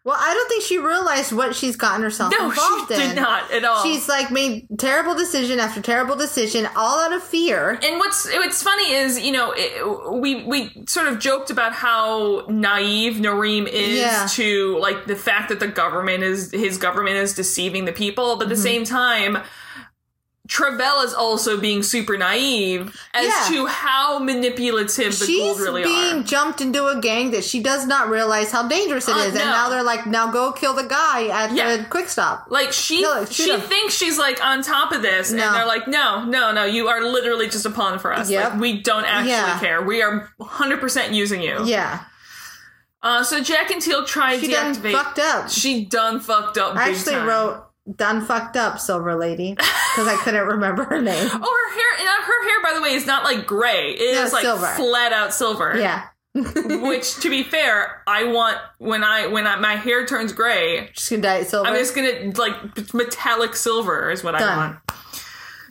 Speaker 2: Well, I don't think she realized what she's gotten herself
Speaker 1: No, (laughs) she
Speaker 2: involved in.
Speaker 1: did not Oh. at all.
Speaker 2: She's like made terrible decision after terrible decision, all out of fear.
Speaker 1: and what's what's funny is you know it, we we sort of joked about how naive Nareem is
Speaker 2: Yeah.
Speaker 1: to like the fact that the government is his government is deceiving the people, but at the
Speaker 2: Mm-hmm.
Speaker 1: same time. Travell is also being super naive as
Speaker 2: Yeah.
Speaker 1: to how manipulative the
Speaker 2: She's
Speaker 1: gold really
Speaker 2: being
Speaker 1: are.
Speaker 2: jumped into a gang that she does not realize how dangerous it
Speaker 1: Uh,
Speaker 2: is,
Speaker 1: no.
Speaker 2: and now they're like, "Now go kill the guy at
Speaker 1: Yeah.
Speaker 2: the quick stop."
Speaker 1: Like she
Speaker 2: No, like, shoot
Speaker 1: she
Speaker 2: him.
Speaker 1: thinks she's like on top of this,
Speaker 2: No.
Speaker 1: and they're like, no, no, no, you are literally just a pawn for us.
Speaker 2: Yep.
Speaker 1: Like, we don't actually
Speaker 2: Yeah.
Speaker 1: care. We are 100 percent using you.
Speaker 2: Yeah,
Speaker 1: Uh, so Jack and Teal try to
Speaker 2: she done
Speaker 1: deactivate.
Speaker 2: fucked up.
Speaker 1: She done fucked up.
Speaker 2: I
Speaker 1: big
Speaker 2: actually
Speaker 1: time.
Speaker 2: wrote "done fucked up," Silver Lady, because I
Speaker 1: (laughs)
Speaker 2: couldn't remember her name.
Speaker 1: Oh, her hair. Now her hair, by the way, is not like gray. It is
Speaker 2: No,
Speaker 1: like
Speaker 2: silver.
Speaker 1: flat out silver.
Speaker 2: Yeah,
Speaker 1: (laughs) Which, to be fair, I want when I when I, my hair turns gray,
Speaker 2: she's gonna die silver.
Speaker 1: I'm just gonna like metallic silver is what I
Speaker 2: Done.
Speaker 1: want.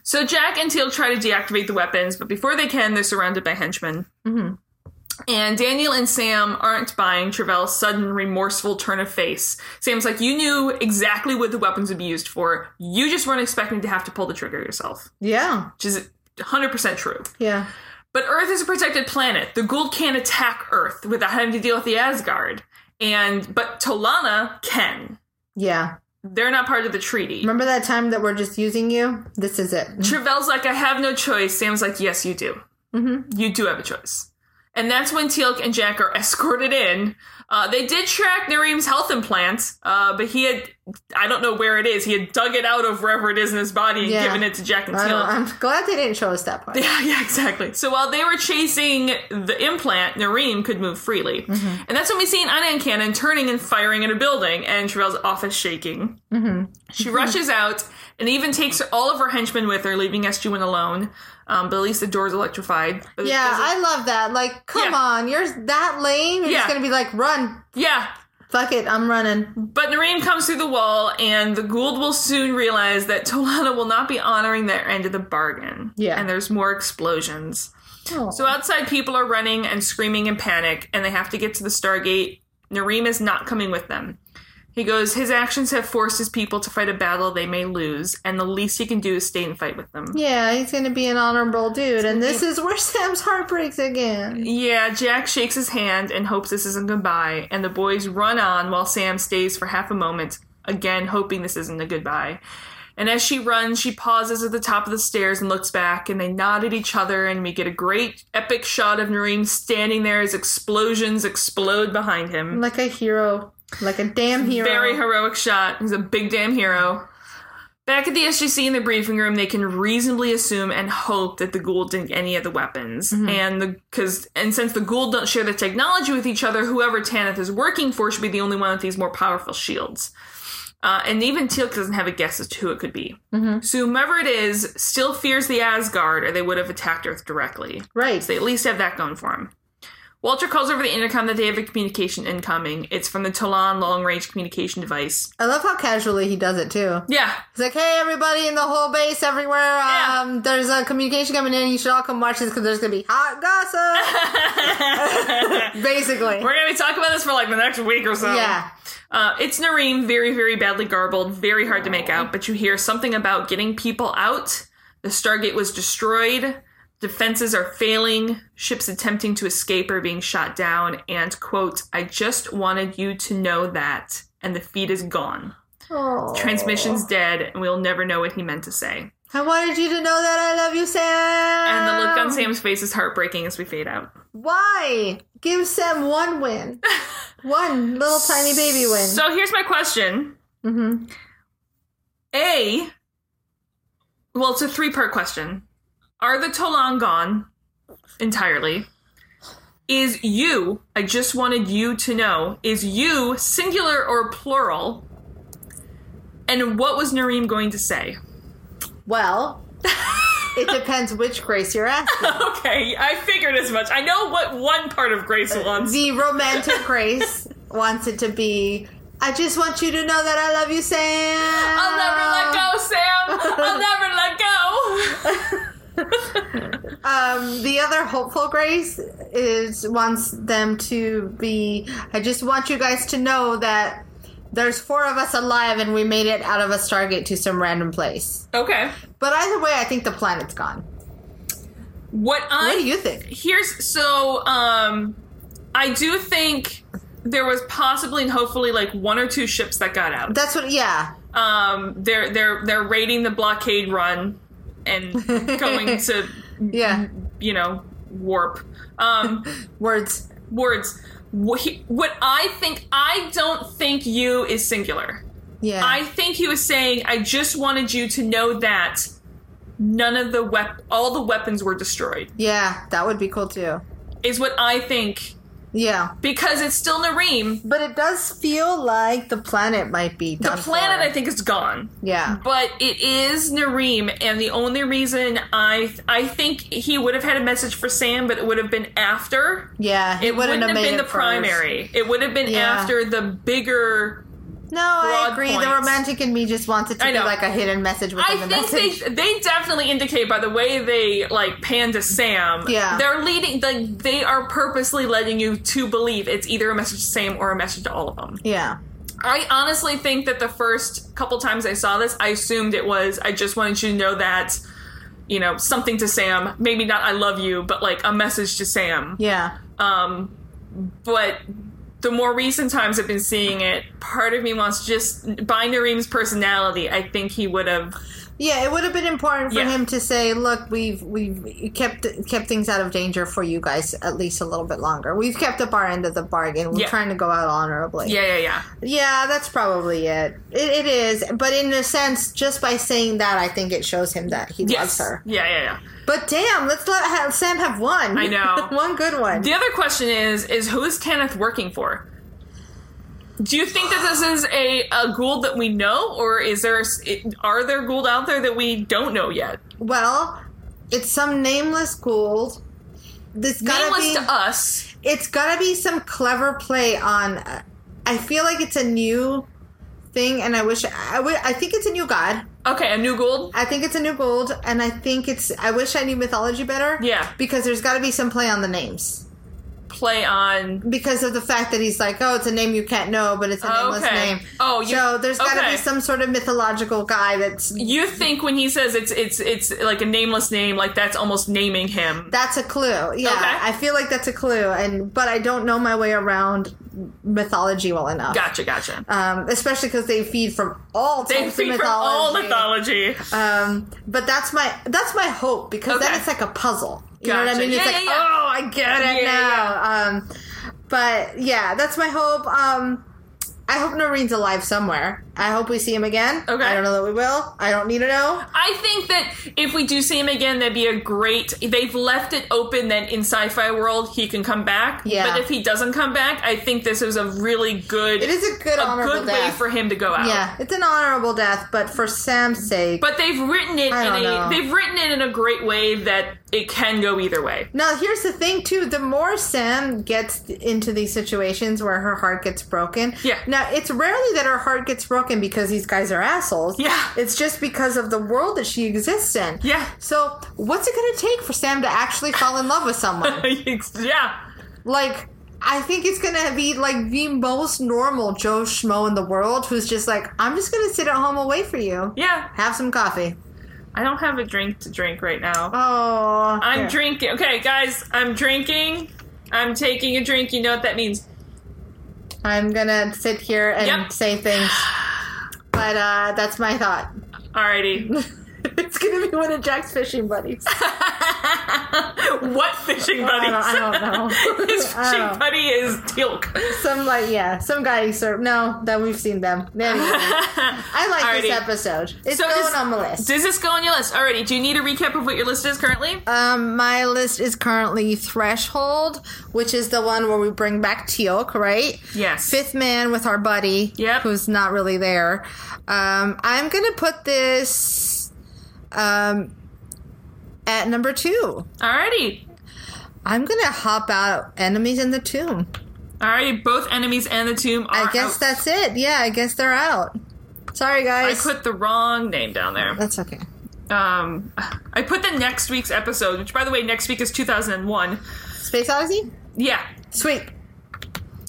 Speaker 1: So Jack and Teal try to deactivate the weapons, but before they can, they're surrounded by henchmen. And Daniel and Sam aren't buying Travell's sudden remorseful turn of face. Sam's like, "You knew exactly what the weapons would be used for. You just weren't expecting to have to pull the trigger yourself,"
Speaker 2: yeah,
Speaker 1: which is 100 percent true.
Speaker 2: yeah,
Speaker 1: But Earth is a protected planet. The Gould can't attack Earth without having to deal with the Asgard. And but Tolana can.
Speaker 2: yeah.
Speaker 1: They're not part of the treaty.
Speaker 2: Remember that time that we're just using you? This is it.
Speaker 1: Travell's like, I have no choice. Sam's like, yes, you do. Mm-hmm. You do have a choice. And that's when Teal'c and Jack are (laughs) escorted in. Uh, they did track Nareem's health implant, uh, but he had, I don't know where it is, he had dug it out of wherever it is in his body and
Speaker 2: Yeah.
Speaker 1: given it to Jack and
Speaker 2: I don't,
Speaker 1: Teal'c.
Speaker 2: I'm glad they didn't show us that part.
Speaker 1: (laughs) Yeah, yeah, exactly. So while they were chasing the implant, Nareem could move freely.
Speaker 2: Mm-hmm.
Speaker 1: And that's when we see an Anan cannon turning and firing at a building, and Travell's office shaking.
Speaker 2: Mm-hmm.
Speaker 1: She rushes out and even takes all of her henchmen with her, leaving SG1 alone. Um, but at least the door's electrified. But it
Speaker 2: Yeah,
Speaker 1: doesn't-
Speaker 2: I love that. Like, come
Speaker 1: Yeah.
Speaker 2: on, you're that lame. You're
Speaker 1: Yeah.
Speaker 2: just gonna be like, run,
Speaker 1: yeah.
Speaker 2: fuck it, I'm running.
Speaker 1: But Nareem comes through the wall, and the Gould will soon realize that Tolana will not be honoring their end of the bargain.
Speaker 2: Yeah.
Speaker 1: And there's more explosions. So
Speaker 2: So
Speaker 1: outside, people are running and screaming in panic, and they have to get to the Stargate. Nareem is not coming with them. He goes, His actions have forced his people to fight a battle they may lose, and the least he can do is stay and fight with them.
Speaker 2: yeah, he's gonna be an honorable dude, and this is where (laughs) Sam's heart breaks again.
Speaker 1: Yeah, Jack shakes his hand and hopes this isn't goodbye, and the boys run on while Sam stays for half a moment again, hoping this isn't a goodbye. And as she runs, she pauses at the top of the stairs and looks back, and they nod at each other, and we get a great epic shot of Nareem standing there as explosions explode behind him.
Speaker 2: Like a hero. Like a damn hero.
Speaker 1: Very heroic shot. He's a big damn hero. Back at the SGC in the briefing room, they can reasonably assume and hope that the Ghoul didn't get any of the weapons, and the because and since the Ghoul don't share the technology with each other, whoever Tanith is working for should be the only one with these more powerful shields. Uh, and even Teal'c doesn't have a guess as to who it could be. So whomever it is still fears the Asgard, or they would have attacked Earth directly.
Speaker 2: Right.
Speaker 1: So they at least have that going for them. Walter calls over the intercom that they have a communication incoming. It's from the Talon long range communication device.
Speaker 2: I love how casually he does it too.
Speaker 1: Yeah,
Speaker 2: He's like, hey, everybody in the whole base, everywhere, um, there's a communication coming in. You should all come watch this because there's going to be hot
Speaker 1: (laughs)
Speaker 2: gossip. Basically.
Speaker 1: we're gonna be talking about this for like the next week or so.
Speaker 2: Yeah.
Speaker 1: Uh, it's Nareem, very, very badly garbled, very hard to make out, but you hear something about getting people out. The Stargate was destroyed, defenses are failing, ships attempting to escape are being shot down, and, quote, I just wanted you to know that, and the feed is gone. Transmission's dead, and we'll never know what he meant to say.
Speaker 2: I wanted you to know that I love you, Sam.
Speaker 1: And the
Speaker 2: Oh.
Speaker 1: look on Sam's face is heartbreaking as we fade out.
Speaker 2: Why? Give Sam
Speaker 1: (laughs)
Speaker 2: one win. one little tiny baby win.
Speaker 1: So here's my question.
Speaker 2: hmm
Speaker 1: A. Well, it's a three part question. Are the Tolan gone entirely? Is you, I just wanted you to know, is you singular or plural? And what was Nareem going to say? (laughs)
Speaker 2: Well, it depends which grace you're asking.
Speaker 1: (laughs) Okay, I figured as much. I know what one part of Grace wants.
Speaker 2: the romantic grace wants it to be. I just want you to know that I love you, Sam.
Speaker 1: I'll never let go, Sam! I'll never let go! (laughs)
Speaker 2: Um, the other hopeful grace is wants them to be. I just want you guys to know that there's four of us alive and we made it out of a Stargate to some random place.
Speaker 1: Okay.
Speaker 2: But either way, I think the planet's gone.
Speaker 1: What I
Speaker 2: What do you think?
Speaker 1: here's so um i do think there was possibly and hopefully like one or two ships that got out
Speaker 2: That's what. Yeah,
Speaker 1: um they're they're they're raiding the blockade run
Speaker 2: (laughs)
Speaker 1: and going to
Speaker 2: yeah.
Speaker 1: you know warp
Speaker 2: (laughs)
Speaker 1: um
Speaker 2: Words.
Speaker 1: words Wh- he- what i think i don't think you is singular
Speaker 2: Yeah.
Speaker 1: i think he was saying i just wanted you to know that none of the wep- all the weapons were destroyed
Speaker 2: yeah, that would be cool too.
Speaker 1: is what i think
Speaker 2: Yeah,
Speaker 1: because it's still nareem
Speaker 2: but it does feel like the planet might be
Speaker 1: The planet, I think, is gone,
Speaker 2: yeah.
Speaker 1: but it is Nareem, and the only reason I I think he would have had a message for Sam, but it would have been after.
Speaker 2: Yeah, he
Speaker 1: It wouldn't have
Speaker 2: made
Speaker 1: been
Speaker 2: it
Speaker 1: the
Speaker 2: first.
Speaker 1: primary. It would have been
Speaker 2: Yeah.
Speaker 1: after the bigger.
Speaker 2: No, I
Speaker 1: broad
Speaker 2: agree. The
Speaker 1: points.
Speaker 2: romantic in me just wants it to
Speaker 1: I
Speaker 2: be
Speaker 1: know.
Speaker 2: like a hidden message within
Speaker 1: I
Speaker 2: the
Speaker 1: think
Speaker 2: message.
Speaker 1: they they definitely indicate by the way they like pan to Sam.
Speaker 2: Yeah.
Speaker 1: they're leading like they are purposely letting you to believe it's either a message to Sam or a message to all of them.
Speaker 2: yeah,
Speaker 1: I honestly think that the first couple times I saw this, I assumed it was I just wanted you to know that, you know, something to Sam. Maybe not I love you, but like a message to Sam.
Speaker 2: yeah,
Speaker 1: Um, but the more recent times I've been seeing it, part of me wants just by Nareem's personality, I think he would have.
Speaker 2: yeah. It would have been important for
Speaker 1: Yeah.
Speaker 2: him to say, "Look, we've we've kept kept things out of danger for you guys at least a little bit longer. We've kept up our end of the bargain. We're
Speaker 1: Yeah.
Speaker 2: trying to go out honorably."
Speaker 1: Yeah, yeah, yeah.
Speaker 2: Yeah, that's probably it. it. It is, but in a sense, just by saying that, I think it shows him that he
Speaker 1: Yes.
Speaker 2: loves her.
Speaker 1: Yeah, yeah, yeah.
Speaker 2: But damn, let's let ha- Sam have one.
Speaker 1: I know.
Speaker 2: (laughs) one good one.
Speaker 1: The other question is: is who is Tanith working for? Do you think that this is a, a Gould that we know, or is there are there Gould out there that we don't know yet?
Speaker 2: Well, it's some nameless gold. This gotta
Speaker 1: Nameless
Speaker 2: be.
Speaker 1: to us,
Speaker 2: It's gotta be some clever play on. Uh, I feel like it's a new thing, and I wish I would. I think it's a new god.
Speaker 1: okay, a new Gould.
Speaker 2: I think it's a new gold, and I think it's. I wish I knew mythology better.
Speaker 1: Yeah.
Speaker 2: because there's gotta be some play on the names
Speaker 1: play on.
Speaker 2: because of the fact that he's like, oh, it's a name you can't know, but it's a nameless
Speaker 1: Okay.
Speaker 2: name.
Speaker 1: Oh, you-
Speaker 2: so there's gotta
Speaker 1: okay.
Speaker 2: be some sort of mythological guy that's.
Speaker 1: You think when he says it's it's it's like a nameless name, like that's almost naming him.
Speaker 2: That's a clue. Yeah,
Speaker 1: Okay.
Speaker 2: I feel like that's a clue, and but I don't know my way around mythology well enough.
Speaker 1: Gotcha, gotcha.
Speaker 2: Um, especially because they feed from all
Speaker 1: they
Speaker 2: types
Speaker 1: feed
Speaker 2: of
Speaker 1: from all
Speaker 2: mythology.
Speaker 1: mythology.
Speaker 2: Um, but that's my that's my hope because then
Speaker 1: Okay.
Speaker 2: it's like a puzzle. You know what I
Speaker 1: Gotcha.
Speaker 2: mean? It's
Speaker 1: Yeah,
Speaker 2: like,
Speaker 1: yeah, yeah.
Speaker 2: oh, I get it
Speaker 1: Yeah,
Speaker 2: now. Um, but yeah, that's my hope. Um, I hope Noreen's alive somewhere. I hope we see him again.
Speaker 1: Okay.
Speaker 2: I don't know that we will. I don't need to know.
Speaker 1: I think that if we do see him again, that'd be a great. They've left it open that in sci-fi world he can come back.
Speaker 2: Yeah.
Speaker 1: But if he doesn't come back, I think this is a really good.
Speaker 2: It is a good honorable
Speaker 1: good way
Speaker 2: death.
Speaker 1: for him to go out.
Speaker 2: Yeah, it's an honorable death, but for Sam's sake.
Speaker 1: But they've written it in
Speaker 2: I don't
Speaker 1: a
Speaker 2: know.
Speaker 1: they've written it in a great way that it can go either way.
Speaker 2: now, here's the thing, too. The more Sam gets into these situations where her heart gets broken.
Speaker 1: Yeah.
Speaker 2: Now, it's rarely that her heart gets broken because these guys are assholes.
Speaker 1: Yeah.
Speaker 2: It's just because of the world that she exists in.
Speaker 1: Yeah.
Speaker 2: So, what's it going to take for Sam to actually fall in love
Speaker 1: (laughs)
Speaker 2: with someone?
Speaker 1: yeah.
Speaker 2: like, I think it's going to be like the most normal Joe Schmo in the world who's just like, I'm just going to sit at home and wait for you.
Speaker 1: Yeah.
Speaker 2: Have some coffee.
Speaker 1: I don't have a drink to drink right now.
Speaker 2: Oh.
Speaker 1: I'm
Speaker 2: here.
Speaker 1: drinking. Okay, guys, I'm drinking. I'm taking a drink. You know what that means.
Speaker 2: I'm gonna sit here and
Speaker 1: Yep.
Speaker 2: say things. But uh, that's my thought. (laughs)
Speaker 1: Alrighty. (laughs)
Speaker 2: it's gonna be one of Jack's fishing buddies.
Speaker 1: what fishing buddies?
Speaker 2: I don't, I don't know.
Speaker 1: (laughs) His
Speaker 2: (laughs) I
Speaker 1: fishing
Speaker 2: don't-
Speaker 1: buddy is Tilk. (laughs)
Speaker 2: Some like yeah, some guy he served. No, that we've seen them. Anyway,
Speaker 1: (laughs)
Speaker 2: I like this
Speaker 1: Alrighty.
Speaker 2: episode. It's
Speaker 1: So
Speaker 2: going
Speaker 1: does-
Speaker 2: on the list.
Speaker 1: Does this go on your list? Alrighty. Do you need a recap of what your list is currently?
Speaker 2: um, my list is currently Threshold, which is the one where we bring back Teok, right?
Speaker 1: Yes.
Speaker 2: Fifth Man with our buddy,
Speaker 1: Yep.
Speaker 2: who's not really there. Um, I'm gonna put this um, at number two.
Speaker 1: Alrighty.
Speaker 2: I'm gonna hop out enemies in the tomb.
Speaker 1: Alrighty. Both enemies and the tomb are.
Speaker 2: I guess
Speaker 1: out.
Speaker 2: that's it. Yeah, I guess they're out. Sorry,
Speaker 1: I
Speaker 2: guys.
Speaker 1: put the wrong name down there.
Speaker 2: That's okay.
Speaker 1: Um, I put the next week's episode, which by the way, next week is 2001.
Speaker 2: Space Odyssey.
Speaker 1: Yeah.
Speaker 2: Sweet.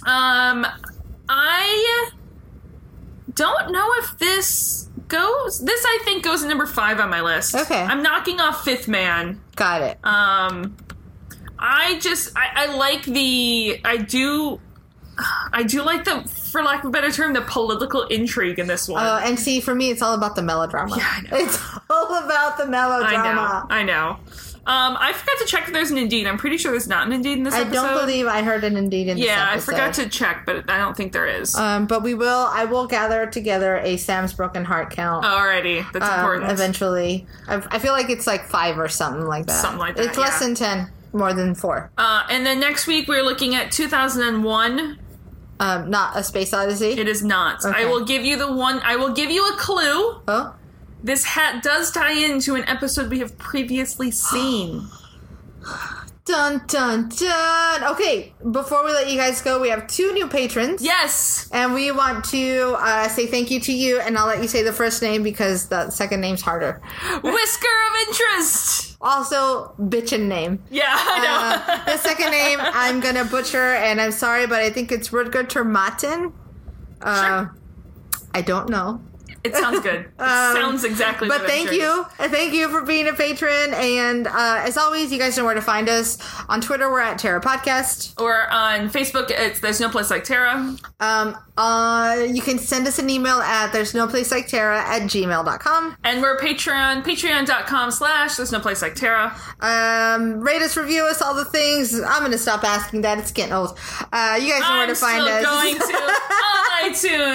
Speaker 1: Um, I don't know if this goes. This I think goes to number five on my list.
Speaker 2: Okay.
Speaker 1: I'm knocking off Fifth Man.
Speaker 2: Got it.
Speaker 1: Um, I just I, I like the I do. I do like the, for lack of a better term, the political intrigue in this one.
Speaker 2: Oh, and see, for me, it's all about the melodrama.
Speaker 1: Yeah, I know.
Speaker 2: It's all about the melodrama.
Speaker 1: I know. I know. Um, I forgot to check if there's an Indeed. I'm pretty sure there's not an Indeed in this
Speaker 2: I
Speaker 1: episode.
Speaker 2: don't believe I heard an indeed in
Speaker 1: Yeah, I
Speaker 2: this episode.
Speaker 1: forgot to check, but I don't think there is.
Speaker 2: Um, but we will. I will gather together a Sam's broken heart count.
Speaker 1: Oh, Alrighty, that's
Speaker 2: um,
Speaker 1: important.
Speaker 2: Eventually, I, I feel like it's like five or something like that.
Speaker 1: Something like that,
Speaker 2: It's less
Speaker 1: yeah.
Speaker 2: than ten, more than four.
Speaker 1: Uh, and then next week we're looking at 2001.
Speaker 2: Um, not a space odyssey.
Speaker 1: It is not.
Speaker 2: Okay.
Speaker 1: I will give you the one. I will give you a clue.
Speaker 2: oh,
Speaker 1: This hat does tie into an episode we have
Speaker 2: (gasps)
Speaker 1: previously seen.
Speaker 2: dun dun dun. Okay, before we let you guys go, we have two new patrons.
Speaker 1: yes.
Speaker 2: And we want to uh, say thank you to you, and I'll let you say the first name because the second name's harder.
Speaker 1: Whisker of interest.
Speaker 2: Also, bitchin' name.
Speaker 1: Yeah, I know.
Speaker 2: Uh, the second name I'm gonna butcher, and I'm sorry, but I think it's Rutger Termaten.
Speaker 1: (laughs)
Speaker 2: Uh, I don't know,
Speaker 1: it sounds good.
Speaker 2: (laughs)
Speaker 1: It sounds exactly.
Speaker 2: Um, but
Speaker 1: what
Speaker 2: thank
Speaker 1: I'm sure it is.
Speaker 2: you, Uh, thank you for being a patron. And uh, as always, you guys know where to find us on Twitter. We're at Terra Podcast.
Speaker 1: Or on Facebook, it's there's no place like Tara.
Speaker 2: Um, uh, you can send us an email at there's no place like Terra at gmail.com.
Speaker 1: And we're Patreon, patreon.com slash there's no place like Tara.
Speaker 2: Um, rate us, review us, all the things. I'm gonna stop asking that. It's getting old. Uh, you guys know where
Speaker 1: I'm
Speaker 2: to find
Speaker 1: still
Speaker 2: us.
Speaker 1: going
Speaker 2: (laughs)
Speaker 1: to on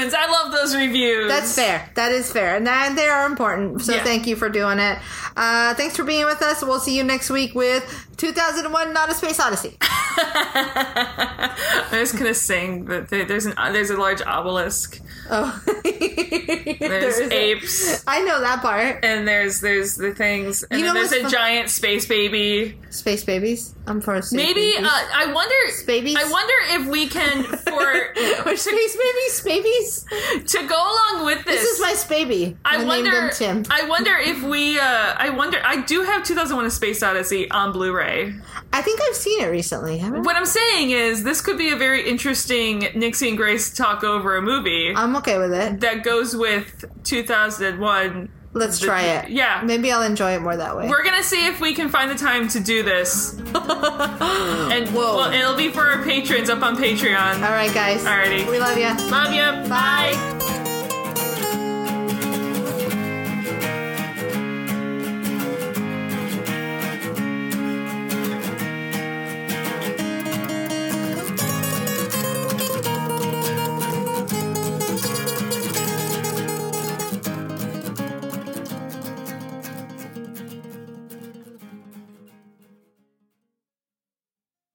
Speaker 1: iTunes. I love those reviews.
Speaker 2: That's fair. That is fair, and that, they are important. So
Speaker 1: Yeah.
Speaker 2: thank you for doing it. Uh, thanks for being with us. We'll see you next week with 2001: Not a
Speaker 1: (laughs)
Speaker 2: Space Odyssey.
Speaker 1: I'm just gonna sing that there- there's an there's a large obelisk.
Speaker 2: Oh,
Speaker 1: There's
Speaker 2: (laughs) There is a-
Speaker 1: apes
Speaker 2: I know that part.
Speaker 1: and there's there's the things and
Speaker 2: You know
Speaker 1: then there's
Speaker 2: what's
Speaker 1: a
Speaker 2: fun-
Speaker 1: giant space baby.
Speaker 2: Space babies. I'm for space
Speaker 1: Maybe uh,
Speaker 2: babies.
Speaker 1: I wonder.
Speaker 2: Babies?
Speaker 1: I wonder if we
Speaker 2: (laughs)
Speaker 1: can for
Speaker 2: Or space babies, babies.
Speaker 1: to go along with this.
Speaker 2: This is my baby.
Speaker 1: I wonder.
Speaker 2: named him Tim.
Speaker 1: I wonder if we. Uh, I wonder. I do have 2001: A Space Odyssey on Blu-ray.
Speaker 2: I think I've seen it recently. Haven't I?
Speaker 1: What I'm saying is, this could be a very interesting Nixie and Grace talk over a movie.
Speaker 2: I'm okay with it.
Speaker 1: that goes with 2001
Speaker 2: Let's try it.
Speaker 1: yeah.
Speaker 2: Maybe I'll enjoy it more that way.
Speaker 1: We're gonna see if we can find the time to do
Speaker 2: (laughs)
Speaker 1: this. and
Speaker 2: Whoa.
Speaker 1: well, it'll be for our patrons up on Patreon.
Speaker 2: All right, guys.
Speaker 1: Alrighty.
Speaker 2: We love you.
Speaker 1: Love you.
Speaker 2: Bye.
Speaker 1: Bye.